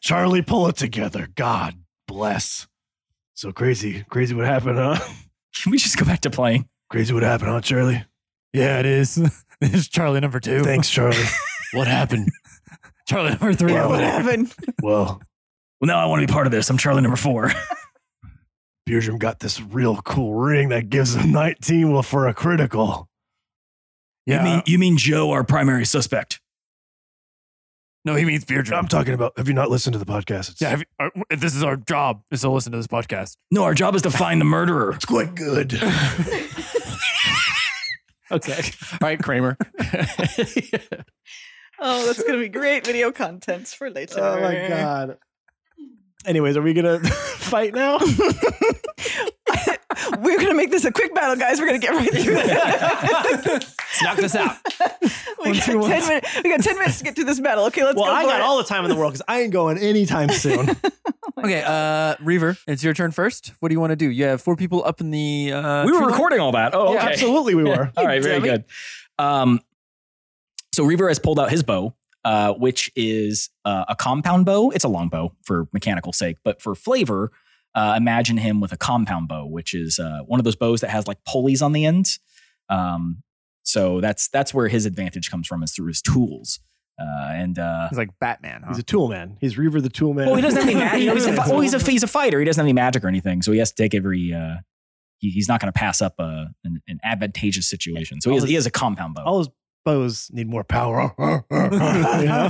Charlie, pull it together. God bless. So crazy. Crazy what happened, huh? <laughs>
<laughs>
Can we just go back to playing?
Crazy what happened, huh, Charlie? Yeah, it is.
This is <laughs> Charlie number two. <laughs>
Thanks, <laughs> Charlie.
What happened?
Charlie number three.
Yeah,
What happened?
well,
Well, now I want to be part of this. I'm Charlie number four. <laughs>
Beardrum got this real cool ring that gives him 19 for a critical.
You mean you mean Joe, our primary suspect?
no, he means Beardrum.
I'm talking about. Have you not listened to the podcast? It's,
have you- our- this is our job is to listen to this podcast.
No, our job is to find the murderer.
it's quite good.
Okay. All
<laughs>
right, Kramer.
Oh, that's gonna be <laughs> great video content for later.
Oh my god. Anyways, are we gonna <laughs> fight now?
<laughs> We're gonna make this a quick battle, guys. We're gonna get right through <laughs> it.
Let's knock this out.
we got ten minutes. We got ten minutes to get through this battle. Okay, let's
well,
go.
I
for
got
it.
all the time in the world because I ain't going anytime <laughs> soon.
Okay, uh, Reaver, it's your turn first. What do you want to do? You have four people up in the. Uh,
we were
tree line.
recording all that. Oh, okay.
Yeah, absolutely, we were.
All right, very good. Um, so Reaver has pulled out his bow, uh, which is uh, a compound bow. It's a long bow for mechanical sake, but for flavor, uh, imagine him with a compound bow, which is uh, one of those bows that has like pulleys on the ends. Um, so that's that's where his advantage comes from is through his tools. Uh, and uh,
He's like Batman, huh?
He's a tool man. He's Reaver the tool man.
well, he doesn't have any magic. You know, he's a, fi- well, he's a he's a fighter. He doesn't have any magic or anything, so he has to take every. Uh, he, he's not going to pass up a, an, an advantageous situation. So he
All
has, he
his-
has a compound bow.
All his bows need more power. <laughs> You know?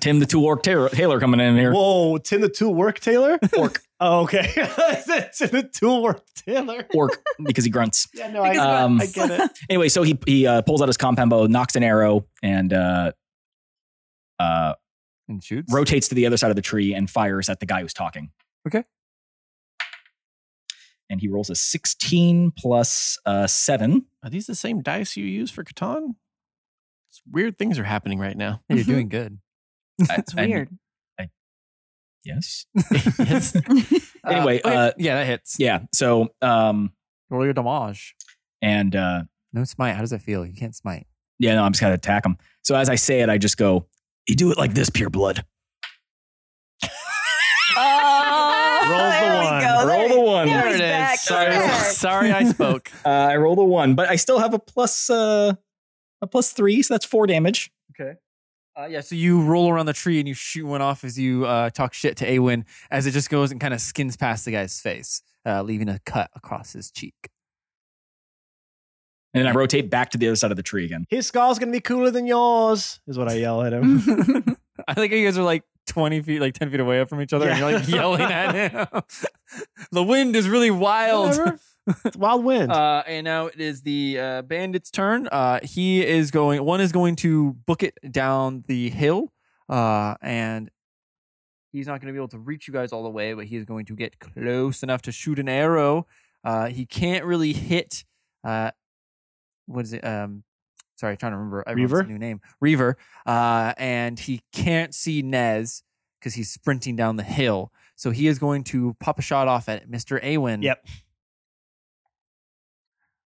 Tim the Tool Orc Taylor, Taylor coming in here.
Whoa, Tim the tool work <laughs> Taylor?
Orc.
Oh, okay. <laughs> Tim the tool work Taylor.
Orc because he grunts.
Yeah, no,
Because
I,
Um,
I get it. <laughs>
Anyway, so he he uh, pulls out his compound bow, knocks an arrow, and uh, uh,
and shoots.
rotates to the other side of the tree and fires at the guy who's talking.
Okay.
And he rolls a sixteen plus uh, seven.
Are these the same dice you use for Catan? It's weird things are happening right now.
Hey, you're doing good. <laughs>
It's weird.
yes.
Yes.
<laughs>
Anyway,
okay.
uh,
yeah, that hits.
Yeah. So um,
Roll your damage.
and uh,
No smite. How does that feel? You can't smite.
yeah, no, I'm just gonna attack him. So as I say it, I just go.
You do it like this, pure blood.
Oh,
Rolls the
there
one.
Ah.
Roll
We go. There
the
he-
one.
There
There
he's
it
back.
is. Sorry, <laughs> sorry, I spoke.
Uh, I rolled a one, but I still have a plus uh, a plus three, so that's four damage.
Okay. Uh, yeah, so you roll around the tree and you shoot one off as you uh, talk shit to Awen as it just goes and kind of skins past the guy's face, uh, leaving a cut across his cheek. <laughs>
And then I rotate back to the other side of the tree again.
His skull's gonna be cooler than yours, is what I yell at him.
I think you guys are like 20 feet, like 10 feet away from each other, and you're like yelling <laughs> at him. the wind is really wild.
Whatever. It's wild wind.
Uh, and now it is the uh, bandit's turn. Uh, he is going. One is going to book it down the hill, uh, and he's not going to be able to reach you guys all the way, but he is going to get close enough to shoot an arrow. Uh, he can't really hit. Uh, what is it? Um, sorry, trying to remember. everyone's
Reaver?
new name. Reaver. Uh, and he can't see Nez because he's sprinting down the hill. So he is going to pop a shot off at Mr. Awen.
Yep.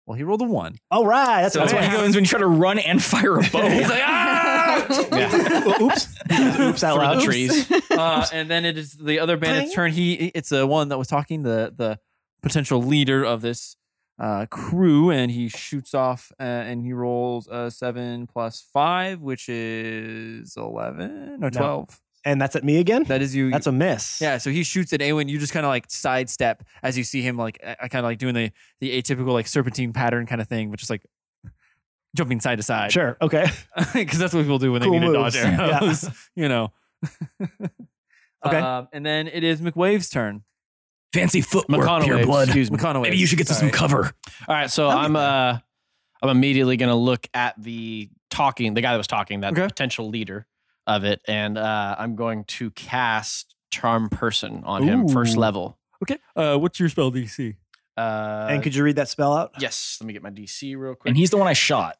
Well, he rolled a one.
All right, that's,
So that's
what
what
I
happens when you try to run and fire a
<laughs>
bow.
He's like, ah!
have. Oops. Oops out
Through
loud.
<laughs>
the trees.
<laughs>
uh, and then it is the other bandit's turn. He it's the one that was talking, the the potential leader of this uh, crew, and he shoots off uh, and he rolls uh, seven plus five, which is eleven or
No.
twelve.
And that's at me again?
That is you.
That's a miss.
yeah, so he shoots at Awen. You just kind of like sidestep as you see him, like I kind of like doing the the atypical like serpentine pattern kind of thing, which is like jumping side to side.
Sure. Okay.
<laughs> because that's what people do when
Cool
they need
moves.
to dodge
Yeah.
arrows. <laughs> You know.
Okay.
Um, and then it is McWave's turn.
Fancy footwork,
McConaughey,
pure blood.
<laughs>
excuse me.
McConaughey.
Maybe you should get to some
Sorry.
cover.
All right, so I'm uh I'm immediately gonna look at the talking, the guy that was talking, that
Okay.
potential leader of it, and uh, I'm going to cast Charm Person on him first
Ooh.
level.
Okay. Uh, what's your spell DC?
Uh,
and could you read that spell out?
yes, let me get my DC real quick.
And he's the one I shot.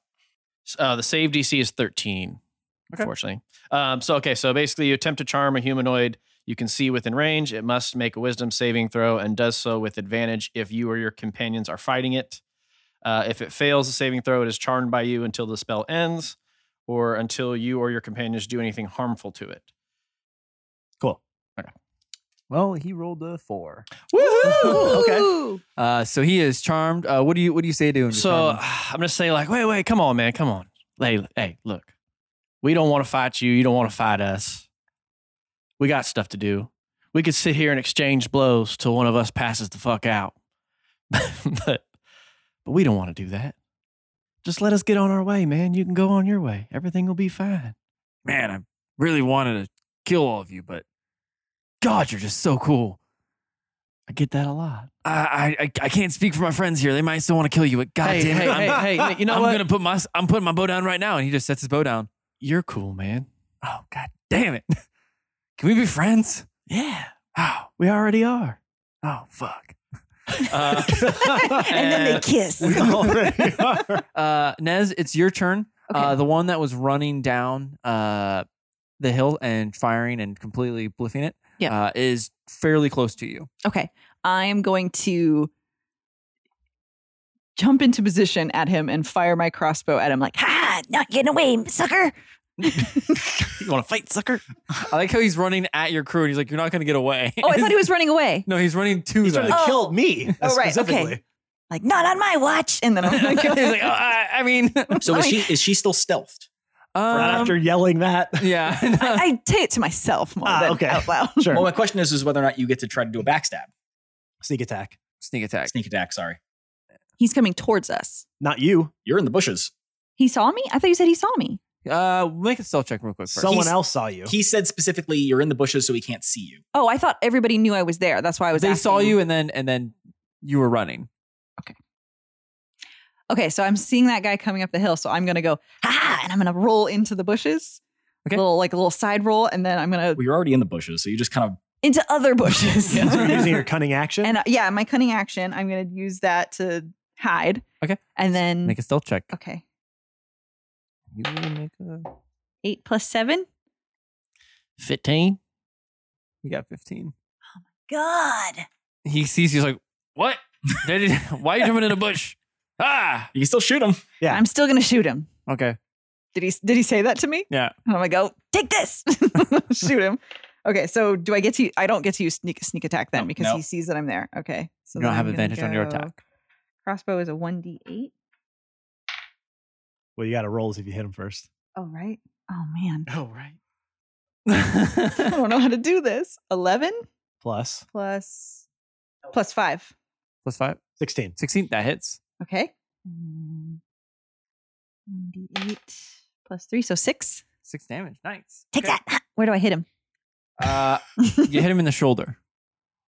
uh, the save DC is 13, unfortunately. Um, so okay, so basically, you attempt to charm a humanoid you can see within range. It must make a Wisdom saving throw and does so with advantage if you or your companions are fighting it. Uh, if it fails the saving throw, it is charmed by you until the spell ends, or until you or your companions do anything harmful to it.
Cool.
Well, he rolled a four.
okay.
Uh, so he is charmed. Uh, what do you What do you say to him? to
So
charm him?
<sighs> I'm gonna say like, wait, wait, come on, man, come on. Hey, hey, look, we don't want to fight you. You don't want to fight us. We got stuff to do. We could sit here and exchange blows till one of us passes the fuck out. <laughs> but but we don't want to do that. Just let us get on our way, man. You can go on your way. Everything will be fine.
man, I really wanted to kill all of you, but God, you're just so cool.
I get that a lot.
I I, I- I can't speak for my friends here. They might still want to kill you, but God
hey,
damn it,
hey,
I'm,
hey, hey, you know
I'm
what?
gonna put my I'm putting my bow down right now. And he just sets his bow down.
You're cool, man.
Oh God damn it! <laughs> Can we be friends?
Yeah,
Oh
we already are.
oh fuck.
<laughs> Uh,
and then they kiss.
We
<laughs>
already are.
Uh, Nez, it's your turn. Uh, the one that was running down uh, the hill and firing and completely bliffing it
Yep.
uh, is fairly close to you.
Okay. I'm going to jump into position at him and fire my crossbow at him like, ha!
ah, not getting away, sucker.
you want to fight, sucker?
I like how he's running at your crew and he's like, "You're not going to get away."
Oh, I thought he was running away.
<laughs> no, he's running to
He's trying
them.
to
Oh.
kill me.
Uh,
Oh, right, okay.
Specifically.
Like, not on my watch.
And then
<laughs>
I'm
he's
like, <laughs>
like, oh, I, I mean,
<laughs>
<laughs>
So is she is she still stealthed?
um,
Right after yelling that.
<laughs> yeah,
I say it to myself more
Ah,
than
okay.
out loud.
Sure.
Well, my question is, is whether or not you get to try to do a backstab,
Sneak attack.
sneak attack.
sneak attack. Sorry,
He's coming towards us.
Not you.
you're in the bushes.
He saw me? I thought you said he saw me.
Uh, make a stealth check real quick. First.
Someone
He's-
else saw you.
He said specifically, you're in the bushes, so he can't see you.
Oh, I thought everybody knew I was there. That's why I was
they saw
asking.
you and then and then you were running.
Okay, so I'm seeing that guy coming up the hill, so I'm gonna go, ha ha, and I'm gonna roll into the bushes.
Okay.
Little like a little side roll, and then I'm gonna
Well, you're already in the bushes, so you just kind of
into
<laughs>
other
<laughs>
bushes.
<laughs>
So you're using your cunning
<laughs>
action.
And uh, yeah, my cunning action, I'm going to use that to hide.
Okay.
And then,
Make a stealth check.
okay,
You make a.
eight plus seven.
15.
You got fifteen.
Oh
God.
He sees you. He's like, <laughs> "What? Did it- Why are you jumping in a <laughs> bush?" Ah,
you can still shoot him.
Yeah.
I'm still going to shoot him.
okay.
Did he, did he say that to me?
Yeah.
And I'm like, oh,
Take this.
<laughs> shoot him. Okay, so do I get to? I don't get to use sneak sneak attack then
No,
because
no.
he sees that I'm there. Okay, so
You don't
then
have
I'm gonna
advantage on your
go-
attack.
Crossbow is a one d eight.
Well, you got to rolls if you hit him first.
Oh right. Oh man.
Oh right.
I
<laughs>
don't know how to do this. Eleven
Plus
plus plus five.
Plus five.
16.
16. That hits.
Okay. One d eight plus three, so six.
Six damage. Nice.
Take that. Where do I hit him?
Uh, you hit him in the shoulder,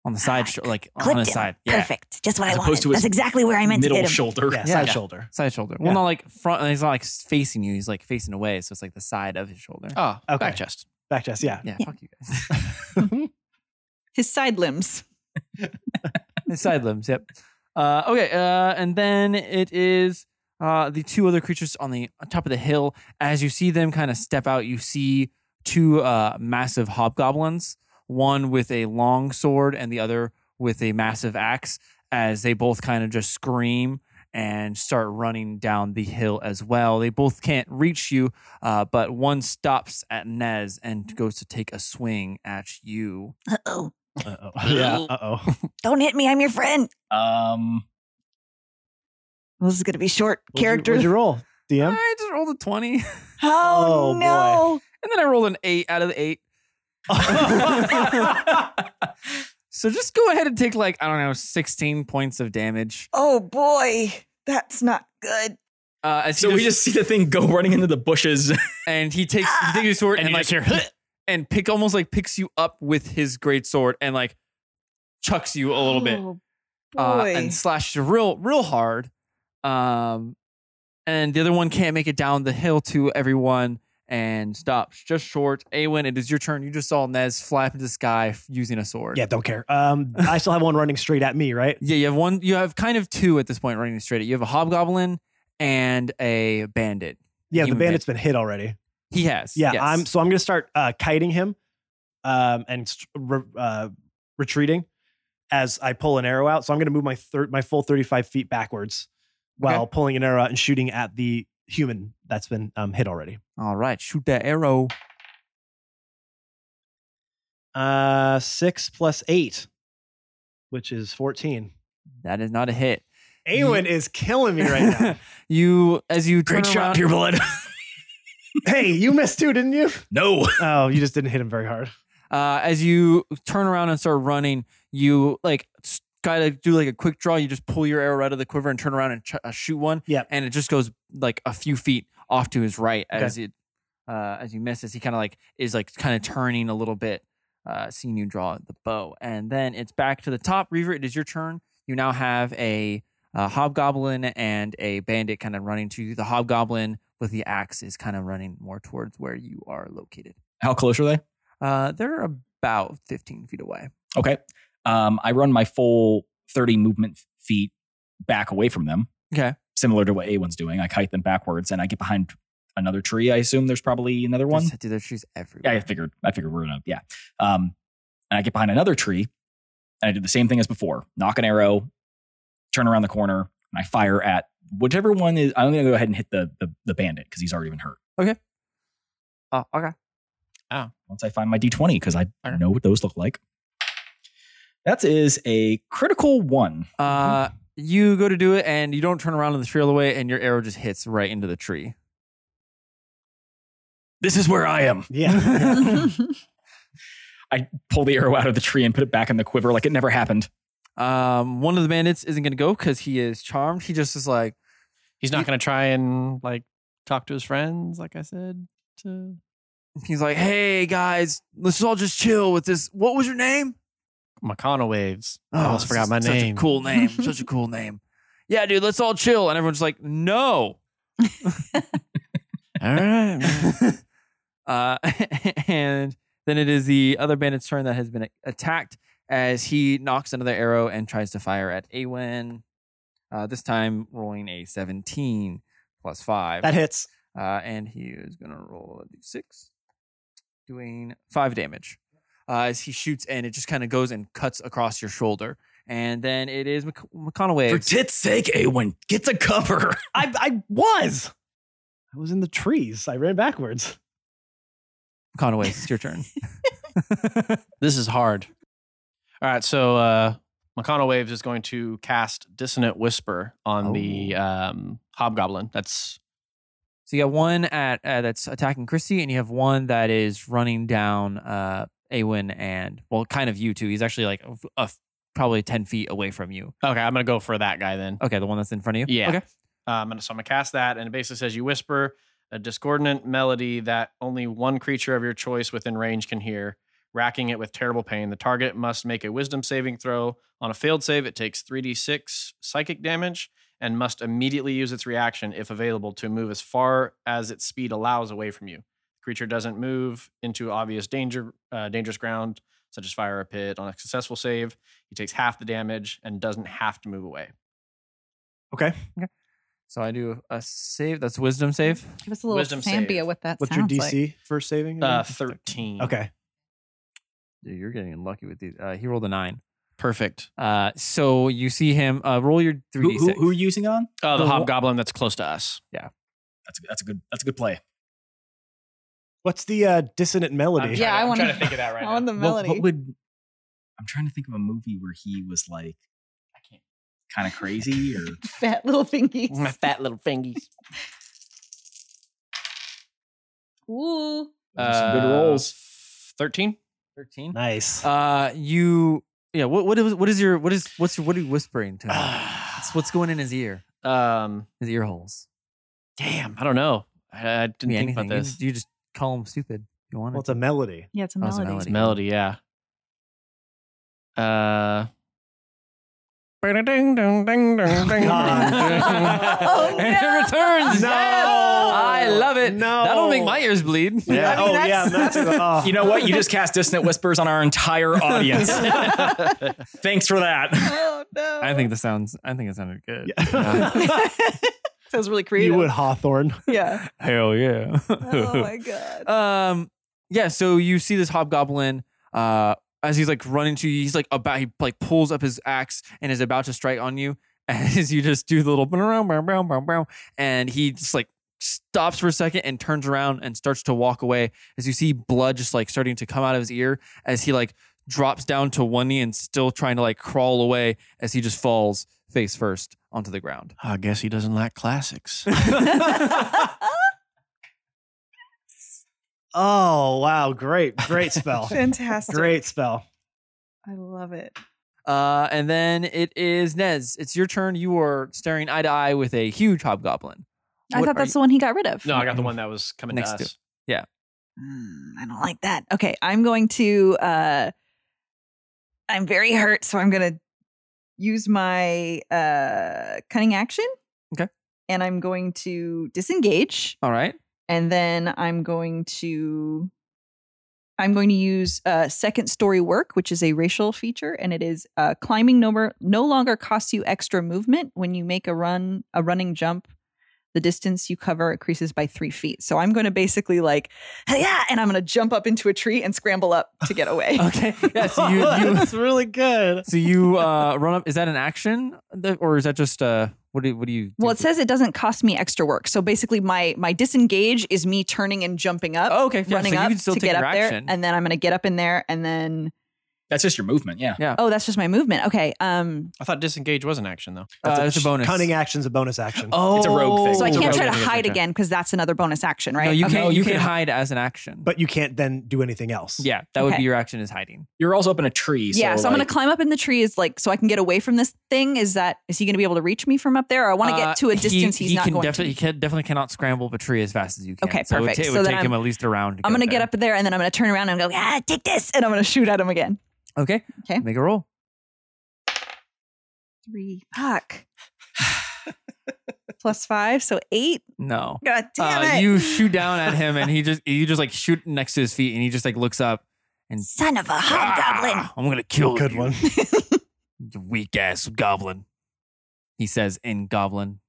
on the side, sho- like on
clipped
the
him.
side. Yeah.
Perfect. Just what
As
I
opposed
wanted.
to his
That's exactly where I meant to
middle
hit him.
shoulder.
Yeah,
Yeah,
side
yeah.
shoulder.
Side shoulder.
Yeah.
Well, not like front. He's not like facing you. He's like facing away. So it's like the side of his shoulder.
Oh,
Okay.
back chest.
Back chest. Yeah.
Yeah.
Yeah.
Fuck you guys.
His side limbs.
His side limbs. Yep. Uh, okay. Uh, and then it is uh, the two other creatures on the on top of the hill. As you see them kind of step out, you see two uh, massive hobgoblins, one with a long sword and the other with a massive axe, as they both kind of just scream and start running down the hill as well. They both can't reach you, uh, but one stops at Nez and goes to take a swing at you.
Uh oh.
<laughs>
Uh oh.
<laughs>
Yeah. Uh oh.
Don't hit me. I'm your friend.
Um,
Well, this is going to be short. Character.
What'd you roll? DM.
I just rolled a 20.
oh,
Oh, boy.
no.
And then I rolled an eight out of the eight. so just go ahead and take like, I don't know, 16 points of damage.
Oh boy. That's not good.
Uh,
<laughs>
as he
so we just see the thing go running into the bushes.
and he takes he takes his sword and,
And you
like
just hear, "Huh."
and pick almost like picks you up with his great sword and like chucks you a little bit.
Oh,
uh,
boy.
and slashes real real hard. Um, and the other one can't make it down the hill to everyone and stops just short. Awen, it is your turn. You just saw Nez fly up into the sky f- using a sword.
Yeah. Don't care. Um, I still have one running straight at me, right?
Yeah, you have one. You have kind of two at this point running straight. at You You have a hobgoblin and a bandit.
Yeah. The
Human
bandit's been hit already.
He has.
Yeah.
yes.
I'm. So I'm gonna start uh, kiting him, um, and st- re- uh, retreating as I pull an arrow out. So I'm gonna move my thir- my full 35 feet backwards while pulling an arrow out and shooting at the human that's been um, hit already.
All right, shoot that arrow.
Uh, six plus eight, which is 14.
That is not a hit.
Awen is killing me right <laughs> now.
you as you turn
Great shot,
around-
<laughs> pure blood.
hey, you missed too, didn't you?
<laughs> no.
Oh, you just didn't hit him very hard.
uh, as you turn around and start running, you like s- gotta do like a quick draw. You just pull your arrow out of the quiver and turn around and ch- uh, shoot one.
Yep.
and it just goes like a few feet off to his right as it uh, as you miss. As he kind of like is like kind of turning a little bit, uh, seeing you draw the bow, and then it's back to the top. Reaver, it is your turn. You now have a, uh hobgoblin and a bandit kind of running to you. The hobgoblin with the axe is kind of running more towards where you are located.
How close are they?
Uh, they're about 15 feet away.
Okay. Um, I run my full 30 movement feet back away from them.
Okay.
Similar to what A1's doing. I kite them backwards and I get behind another tree. I assume there's probably another one.
Just, dude, there's trees
Yeah,
everywhere.
I figured I figured we're gonna yeah. Um and I get behind another tree and I do the same thing as before. Knock an arrow, turn around the corner, and I fire at whichever one is I'm gonna go ahead and hit the the, the bandit because he's already been hurt.
Oh, okay.
Once I find my D20, because I
Okay.
know what those look like. That is a critical one.
Uh, you go to do it, and you don't turn around and the tree all the way, and your arrow just hits right into the tree.
This is where I am.
Yeah.
I pull the arrow out of the tree and put it back in the quiver like it never happened.
Um, one of the bandits isn't gonna go because he is charmed. He just is like,
<laughs> He's not going to try and like talk to his friends, like I said. To
he's like, hey guys, let's all just chill with this. What was your name?
McConnell waves. I almost
it's
forgot my
Oh, such
name.
Such a
<laughs>
cool name. such a cool name. Yeah, dude, let's all chill. And everyone's like,
<laughs>
no.
All right. man.
<laughs> Uh, and then it is the other bandit's turn that has been attacked as he knocks another arrow and tries to fire at Awen. Uh, this time rolling a 17 plus 5.
that hits.
Uh, and he is going to roll a d6, doing 5 damage. Uh, as he shoots and it just kind of goes and cuts across your shoulder. And then it is Mc-
For
McConaughey.
tit's sake, A1, get to
<laughs>
cover.
I, I was. I was in the trees. I ran backwards.
McConaughey, it's your turn.
this is hard. All right, so uh, McConnell Waves is going to cast Dissonant Whisper on the
Oh.
um, Hobgoblin. That's
So you got one at uh, that's attacking Christie, and you have one that is running down uh, Awen and well, kind of you too. He's actually like a, a- probably ten feet away from you.
okay. I'm gonna go for that guy then.
Okay, the one that's in front of you.
Yeah.
Okay.
Um, and so I'm gonna cast that, and it basically says you whisper a discordant melody that only one creature of your choice within range can hear, racking it with terrible pain. The target must make a Wisdom saving throw. On a failed save, it takes 3d6 psychic damage and must immediately use its reaction, if available, to move as far as its speed allows away from you. The creature doesn't move into obvious danger, uh, dangerous ground, such as fire or pit. On a successful save, he takes half the damage and doesn't have to move away.
Okay.
So I do a save. That's wisdom save.
Give us a little
Wisdom
Sambia
save.
what that
What's your
sounds
DC
like.
for saving?
Uh, 13.
okay.
Dude, you're getting lucky with these. Uh, he rolled a nine.
Perfect.
Uh, so you see him. Uh, roll your three d
Who, who,
six.
who are you using on?
Oh, the,
The wh-
hobgoblin that's close to us.
That's a, that's a good that's a good play.
What's the uh, dissonant melody?
Yeah, I
I'm
want
trying to think of that <laughs> right
I want the
What-
melody.
What, would I'm trying to think of a movie where he was like I can't kind of crazy
<laughs>
or
<laughs> Fat little fingies.
<laughs>
fat little fingies.
Ooh.
some good rolls.
Uh, Thirteen.
Thirteen.
Nice.
Uh, you. Yeah. What? What is? What is your? What is? What's your? What are you whispering to? Him? It's what's going in his ear?
Um,
His ear holes.
damn, I don't know. I, I
Could
didn't
be
think about
anything. You
this
just- You, just call him stupid. if You want
Well,
it.
it's a melody.
Yeah, it's a
Oh, it's a
melody.
melody.
melody, yeah. Uh. <laughs> ding, ding, ding, ding, ding.
<laughs>
<laughs> Oh,
and it
no.
returns.
No.
Yes! I love it.
No.
That'll make my ears bleed.
Yeah.
I mean,
oh, <laughs> yeah.
that's-
That's, uh,
You know what? You just cast dissonant whispers on our entire
<laughs>
audience. Thanks for that.
Oh no.
<laughs> I think this sounds. I think it sounded good.
sounds really creative.
you would Hawthorne.
Yeah.
Hell yeah.
Oh my god.
um yeah so you see this hobgoblin uh as he's like running to you he's like about he like pulls up his axe and is about to strike on you <laughs> as you just do the little brow, brow, brow, brow, brow, and he just like stops for a second and turns around and starts to walk away as you see blood just like starting to come out of his ear as he like drops down to one knee and still trying to like crawl away as he just falls face first onto the ground
I guess he doesn't like classics.
Oh, wow. Great. Great spell.
Fantastic.
Great spell.
I love it.
Uh, and then it is Nez. It's your turn. You are staring eye to eye with a huge hobgoblin.
I
What
thought
are
that's
you-
the one he got rid of.
<laughs> no, I got the one that <laughs> was coming
Next
to
to-
us.
Mm, I don't like that. Okay, I'm going to. uh I'm very hurt, so I'm going to use my uh cunning action.
Okay.
And I'm going to disengage,
All
<laughs>
right.
and then I'm going to. I'm going to use uh, second story work, which is a racial feature, and it is uh, climbing no, mer- no longer costs you extra movement when you make a run, a running jump. The distance you cover increases by three feet. So I'm going to basically like yeah, and I'm gonna jump up into a tree and scramble up to
<laughs>
get away.
Okay. Yeah. So you,
Oh,
you
That's really
<laughs>
good.
so you uh, run up. Is that an action, That- or is that just uh, what do what do you? do
well, it
for-
says it doesn't cost me extra work. So basically, my my disengage is me turning and jumping up,
Oh, okay. Yeah,
running
so you
up
can still
to
take
get
your
up
action.
there, and then I'm gonna get up in there, and then
That's just your movement. Yeah.
oh, that's just my movement. Okay, um,
I thought disengage was an action though.
uh, it's a bonus.
Cunning action's a bonus action.
Oh,
It's a rogue thing.
so I
Oh,
can't
okay,
try to
okay,
hide
okay.
again because that's another bonus action, right?
No, you
okay.
can you
you
can
can't.
hide as an action.
But you can't then do anything else.
yeah, that would be
Okay.
your action is hiding.
You're also up in a tree. So
yeah, so I'm gonna
like,
climb up in the tree is like so I can get away from this thing. Is that is he gonna be able to reach me from up there? Or I want to
Uh,
get to a distance
he,
he's
he
not
can
going
defi- He
to.
can, definitely cannot scramble up a tree as fast as you can.
Okay,
so It would,
perfect.
ta- it
So
would
then
take him
I'm-
at least a round. To
I'm gonna
there.
get up there and then I'm gonna turn around and go, ah, take this, and I'm gonna shoot at him again.
Okay.
Okay.
Make a roll.
Three. Fuck. <sighs> Plus five, so eight.
No.
God damn
uh,
it.
You shoot down at him, and he just you just like shoot next to his feet, and he just like looks up.
Son of a hobgoblin.
"Ah, I'm gonna kill
Good
you,
one.
you weak ass goblin. He says in goblin.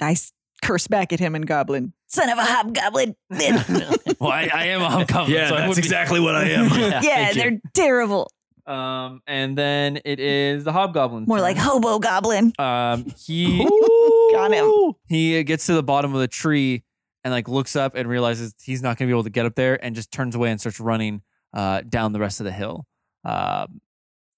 I s- curse back at him in Goblin.
Son of a hobgoblin.
<laughs> Well, I, I am a hobgoblin.
Yeah,
Oh, so I
that's
would be-
exactly what
<laughs>
I am.
yeah,
yeah,
thank you.
they're terrible.
Um, and then it is the hobgoblin.
More like hobo goblin.
Um, he
Got him.
he gets to the bottom of the tree and like looks up and realizes he's not gonna be able to get up there, and just turns away and starts running uh, down the rest of the hill. Um,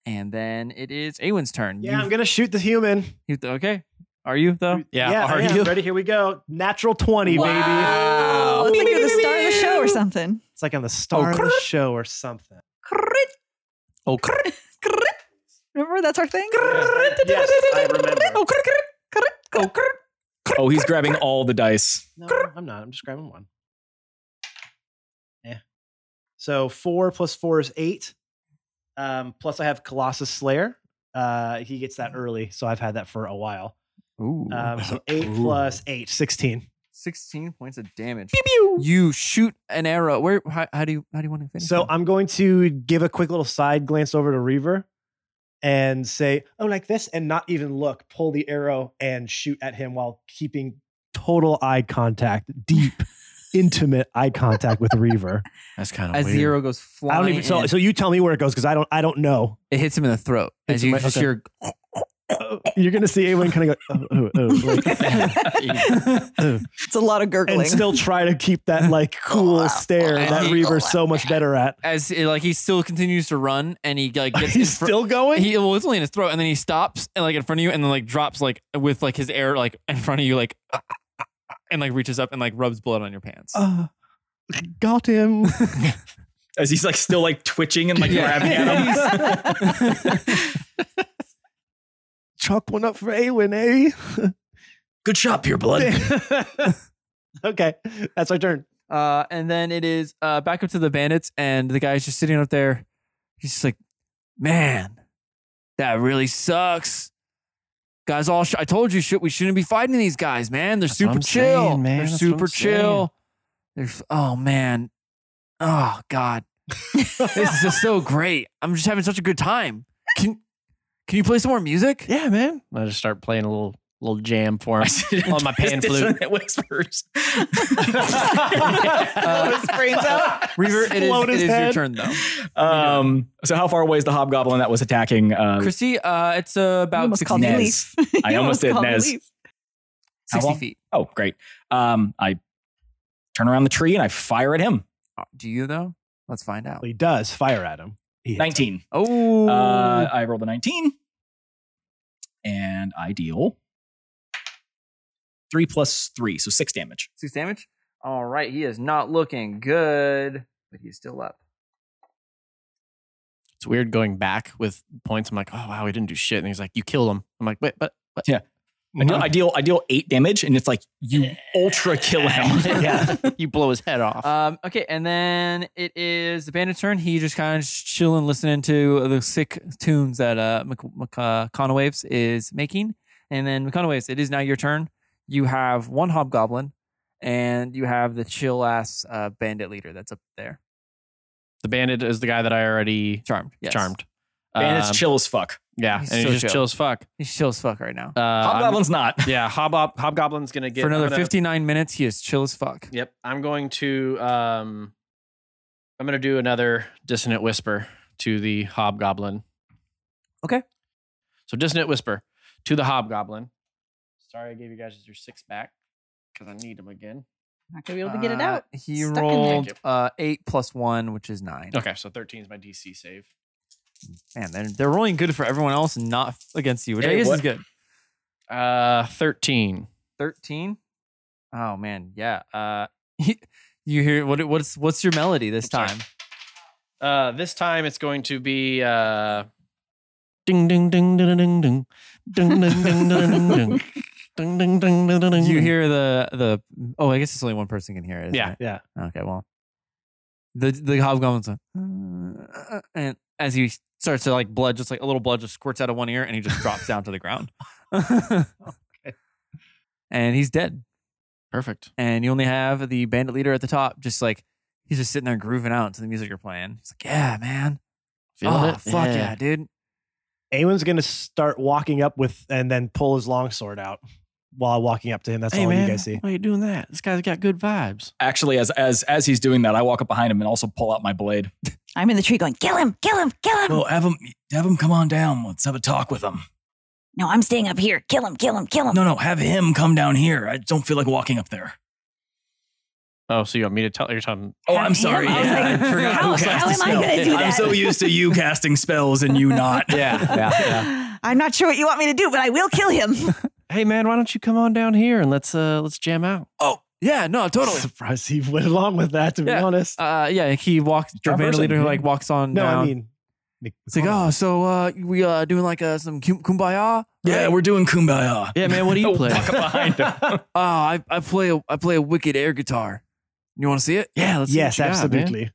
and then it is Awen's turn.
Yeah, I'm gonna shoot the human.
okay. Are you though?
yeah,
Are
I am.
you?
ready? Here we go. Natural twenty,
Wow.
baby.
It's like you're the star of the show or something.
It's like on the star of the show or something.
Oh,
Remember that's our thing.
yes, I remember.
Oh, he's grabbing all the dice.
No, I'm not. I'm just grabbing one. Yeah. So four plus four is eight. Um, plus I have Colossus Slayer. Uh, he gets that early, so I've had that for a while.
Mm. Ooh.
Um, so eight plus eight, 16.
16 points of damage. You shoot an arrow. Where? How, how do you? How do you want to finish?
So I'm going to give a quick little side glance over to Reaver and say, oh, like this, and not even look, pull the arrow and shoot at him while keeping total eye contact, deep,
<laughs>
intimate eye contact with Reaver.
That's kind
as the arrow goes
I
flying.
don't even so
in,
so you tell me where it goes because I don't I
<laughs>
don't know.
it hits him in the throat.
Hits
As
him
you
right-
just
okay.
hear,
You're gonna see Awen kind of go oh, oh, oh, like,
<laughs>
It's a lot of gurgling.
and still try to keep that like cool stare that
he-
Reaver's so much better at.
as it, like he still continues to run, and he like <laughs> gets
<laughs> He's
in fr-
still going.
He well, it's only in his throat, and then he stops and like in front of you, and then like drops like with like his air like in front of you, like <laughs> and like reaches up and like rubs blood on your
<laughs>
pants.
Uh, got
<laughs>
him.
As he's like still like twitching and like
Yeah.
grabbing
<laughs>
at him.
Chalk one up for Awen, eh? <laughs>
Good shot, pure
<laughs>
blood.
<laughs>
okay, that's our turn.
Uh, and then it is uh, back up to the bandits, and the guy's just sitting up there. He's just like, man, that really sucks. Guys, all sh- I told you, shit, we shouldn't be fighting these guys, man. They're
That's what
super
I'm
chill.
saying, man.
They're
That's what
super
I'm
chill. They're f- oh man, oh
<laughs>
god, this is just so great. I'm just having such a good time. Can can you play some more music?
Yeah, man. I just start playing a little little jam <laughs> for him on Oh, my pan flute.
It whispers.
Reaver, it is,
Float
it
his
is your
head.
turn though.
Um, so how far away is the hobgoblin that was attacking? Uh,
Christy, uh, it's uh,
You
about
almost
60,
called me
Nez.
Leaf. <laughs>
I
You
almost did
called me
Nez.
Leaf.
60
How long?
feet.
oh, great. Um, I turn around the tree and I fire at him.
Uh, Do you though? Let's find out.
Well, he does fire at him. He hits him.
Nineteen.
Oh,
Uh, I rolled a 19 and I deal three plus three, so six damage.
six damage. All right, he is not looking good, but he's still up.
It's weird going back with points. I'm like, oh wow, we didn't do shit. And he's like, you killed him. I'm like, wait,
<laughs>
but what?
Yeah. I deal, I deal, I deal eight damage, and it's like you ultra kill
<laughs>
him.
yeah, you blow his head off.
Um, okay, and then it is the bandit's turn. He just kind of chilling, listening to the sick tunes that uh, Mc- Mc- uh, Conawaves is making. And then McConawaves, it is now your turn. You have one hobgoblin, and you have the chill ass uh, bandit leader that's up there.
the bandit is the guy that I already
Charmed, yes.
charmed.
<laughs> and it's
Um,
chill as fuck.
Yeah,
He's
and
so
he's just
chill.
chill as fuck.
He's chill as fuck right now.
Uh, I'm-
<laughs>
Hobgoblin's not.
yeah, Hob- Hobgoblin's gonna get
For another
I'm gonna-
59 minutes, he is chill as fuck.
Yep. I'm going to um I'm gonna do another dissonant whisper to the hobgoblin.
Okay.
So dissonant whisper to the hobgoblin. Sorry I gave you guys your six back because I need them again.
Not gonna be able to get it
Uh,
out.
He
Stuck in there.
rolled uh, eight plus one, which is nine.
Okay, so 13 is my DC save.
Man, they're, they're rolling good for everyone else, and not f- against you, which I
Hey,
guess is
what-
good.
Uh 13.
Thirteen. Oh man, yeah. Uh, <laughs> you hear what? What's what's your melody this
I'm sorry.
time?
Uh this time it's going to be uh ding ding ding ding ding ding ding ding ding ding
<laughs>
ding ding ding ding ding ding
You hear the the. Oh, I guess it's only one person can hear it. isn't
Mm. Yeah.
it?
Yeah.
Okay. Well, the the hobgoblin's like, "Uh," and as he starts to like blood, just like a little blood just squirts out of one ear, and he just drops down to the ground. <laughs> And he's dead.
Perfect.
and you only have the bandit leader at the top, just like he's just sitting there grooving out to the music you're playing. He's like, "Yeah, man,
Feeling
oh,
it?
fuck yeah.
Yeah.
dude."
Awen's gonna start walking up with and then pull his longsword out while walking up to him. That's all you guys see.
why are you doing that? This guy's got good vibes.
Actually, as as as he's doing that, I walk up behind him and also pull out my blade.
I'm in the tree going, kill him, kill him, kill him.
Well, have him, have him come on down. Let's have a talk with him.
No, I'm staying up here. Kill him, kill him, kill him.
No, no, have him come down here. I don't feel like walking up there.
Oh, so you want me to tell? You're telling.
Oh, I'm sorry.
I was
yeah,
<laughs>
like,
I forgot
how-
who cast
how
the
am I
spell.
gonna do
I'm
that?
so used to you casting spells and you
<laughs>
not.
Yeah, yeah, yeah.
<laughs>
I'm not sure what you want me to do, but I will kill him.
Hey, man, why don't you come on down here and let's uh let's jam out?
Oh, yeah, no, totally.
Surprised he went along with that. To be honest,
Uh, yeah, he walks. Your band
person,
leader
yeah.
like walks on.
no,
down.
I mean,
it's like oh, so uh, we uh doing like uh, some kum- kumbaya.
Yeah, we're doing kumbaya.
<laughs> Yeah, man, what do
Oh,
Oh,
you play?
Walk up behind
<laughs>
him.
Uh, I I play a I play a wicked air guitar. You want to see it? Yeah, <laughs> let's. see
yes,
what you got, man.
absolutely.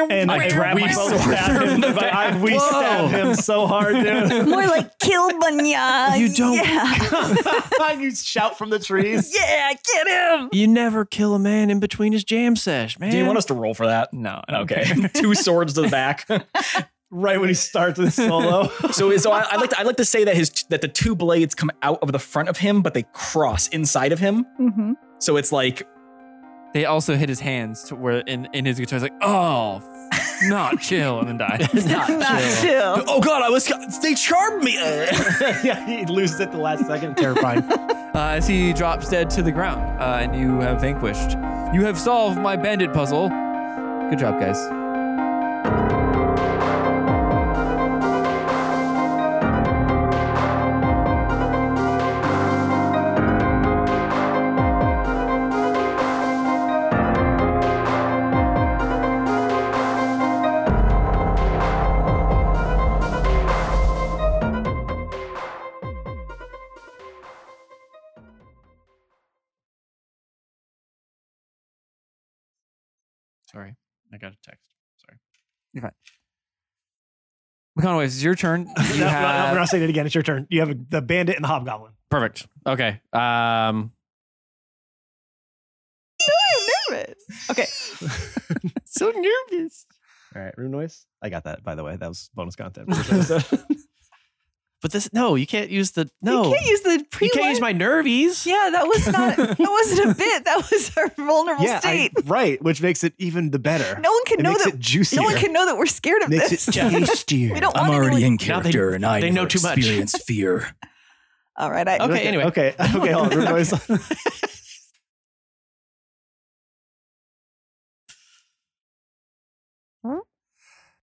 <laughs>
And
I
I
grab
we
him,
sword
stab
him
<laughs>
him.
in the
I- I-
back.
We stab
Whoa.
him so hard, dude.
More like kill Bunya.
You don't-
Yeah,
<laughs> you shout from
<laughs>
the trees.
yeah get him.
You never kill a man in between his jam sesh, man.
Do you want us to roll for that?
No.
<laughs> Okay. Two swords to the <laughs> back.
right when he starts his solo.
so so I, I like to, I like to say that his that the two blades come out of the front of him, but they cross inside of him.
Mm-hmm.
So it's like
They also hit his hands to where in in his guitar. It's like oh, not chill, and then die. <laughs>
Not,
<laughs>
chill.
oh god, I was they charmed <laughs> me.
yeah, he loses it the last second. Terrifying.
uh, as he drops dead to the ground, uh, and you have vanquished. You have solved my bandit puzzle. Good job, guys.
Sorry, I got a text. Sorry.
You're fine. McConaughey, it's your turn. You
No, no,
have-
I'm not saying it again. It's your turn. You
<laughs>
have the bandit and the hobgoblin.
Perfect. Okay. Um.
I'm nervous. Okay.
so nervous. All right, room noise. I got that. By the way, that was bonus
<laughs>
content. For this episode.
But this no, you can't use the no.
You can't use the pre.
You can't use my nervies.
Yeah, that was not. That wasn't a bit. That was our vulnerable
yeah, I-
state.
right. Which makes it even the better.
no one can
it
know
makes
that.
it juicier.
No one can know that we're scared of
Makes
this. <laughs>
it tastier.
we don't
I'm
want
already
anyone-
in character and I
they know
never
too much.
experience fear.
All right. I,
Okay. Anyway.
Okay. Okay. Hold on. Room noise.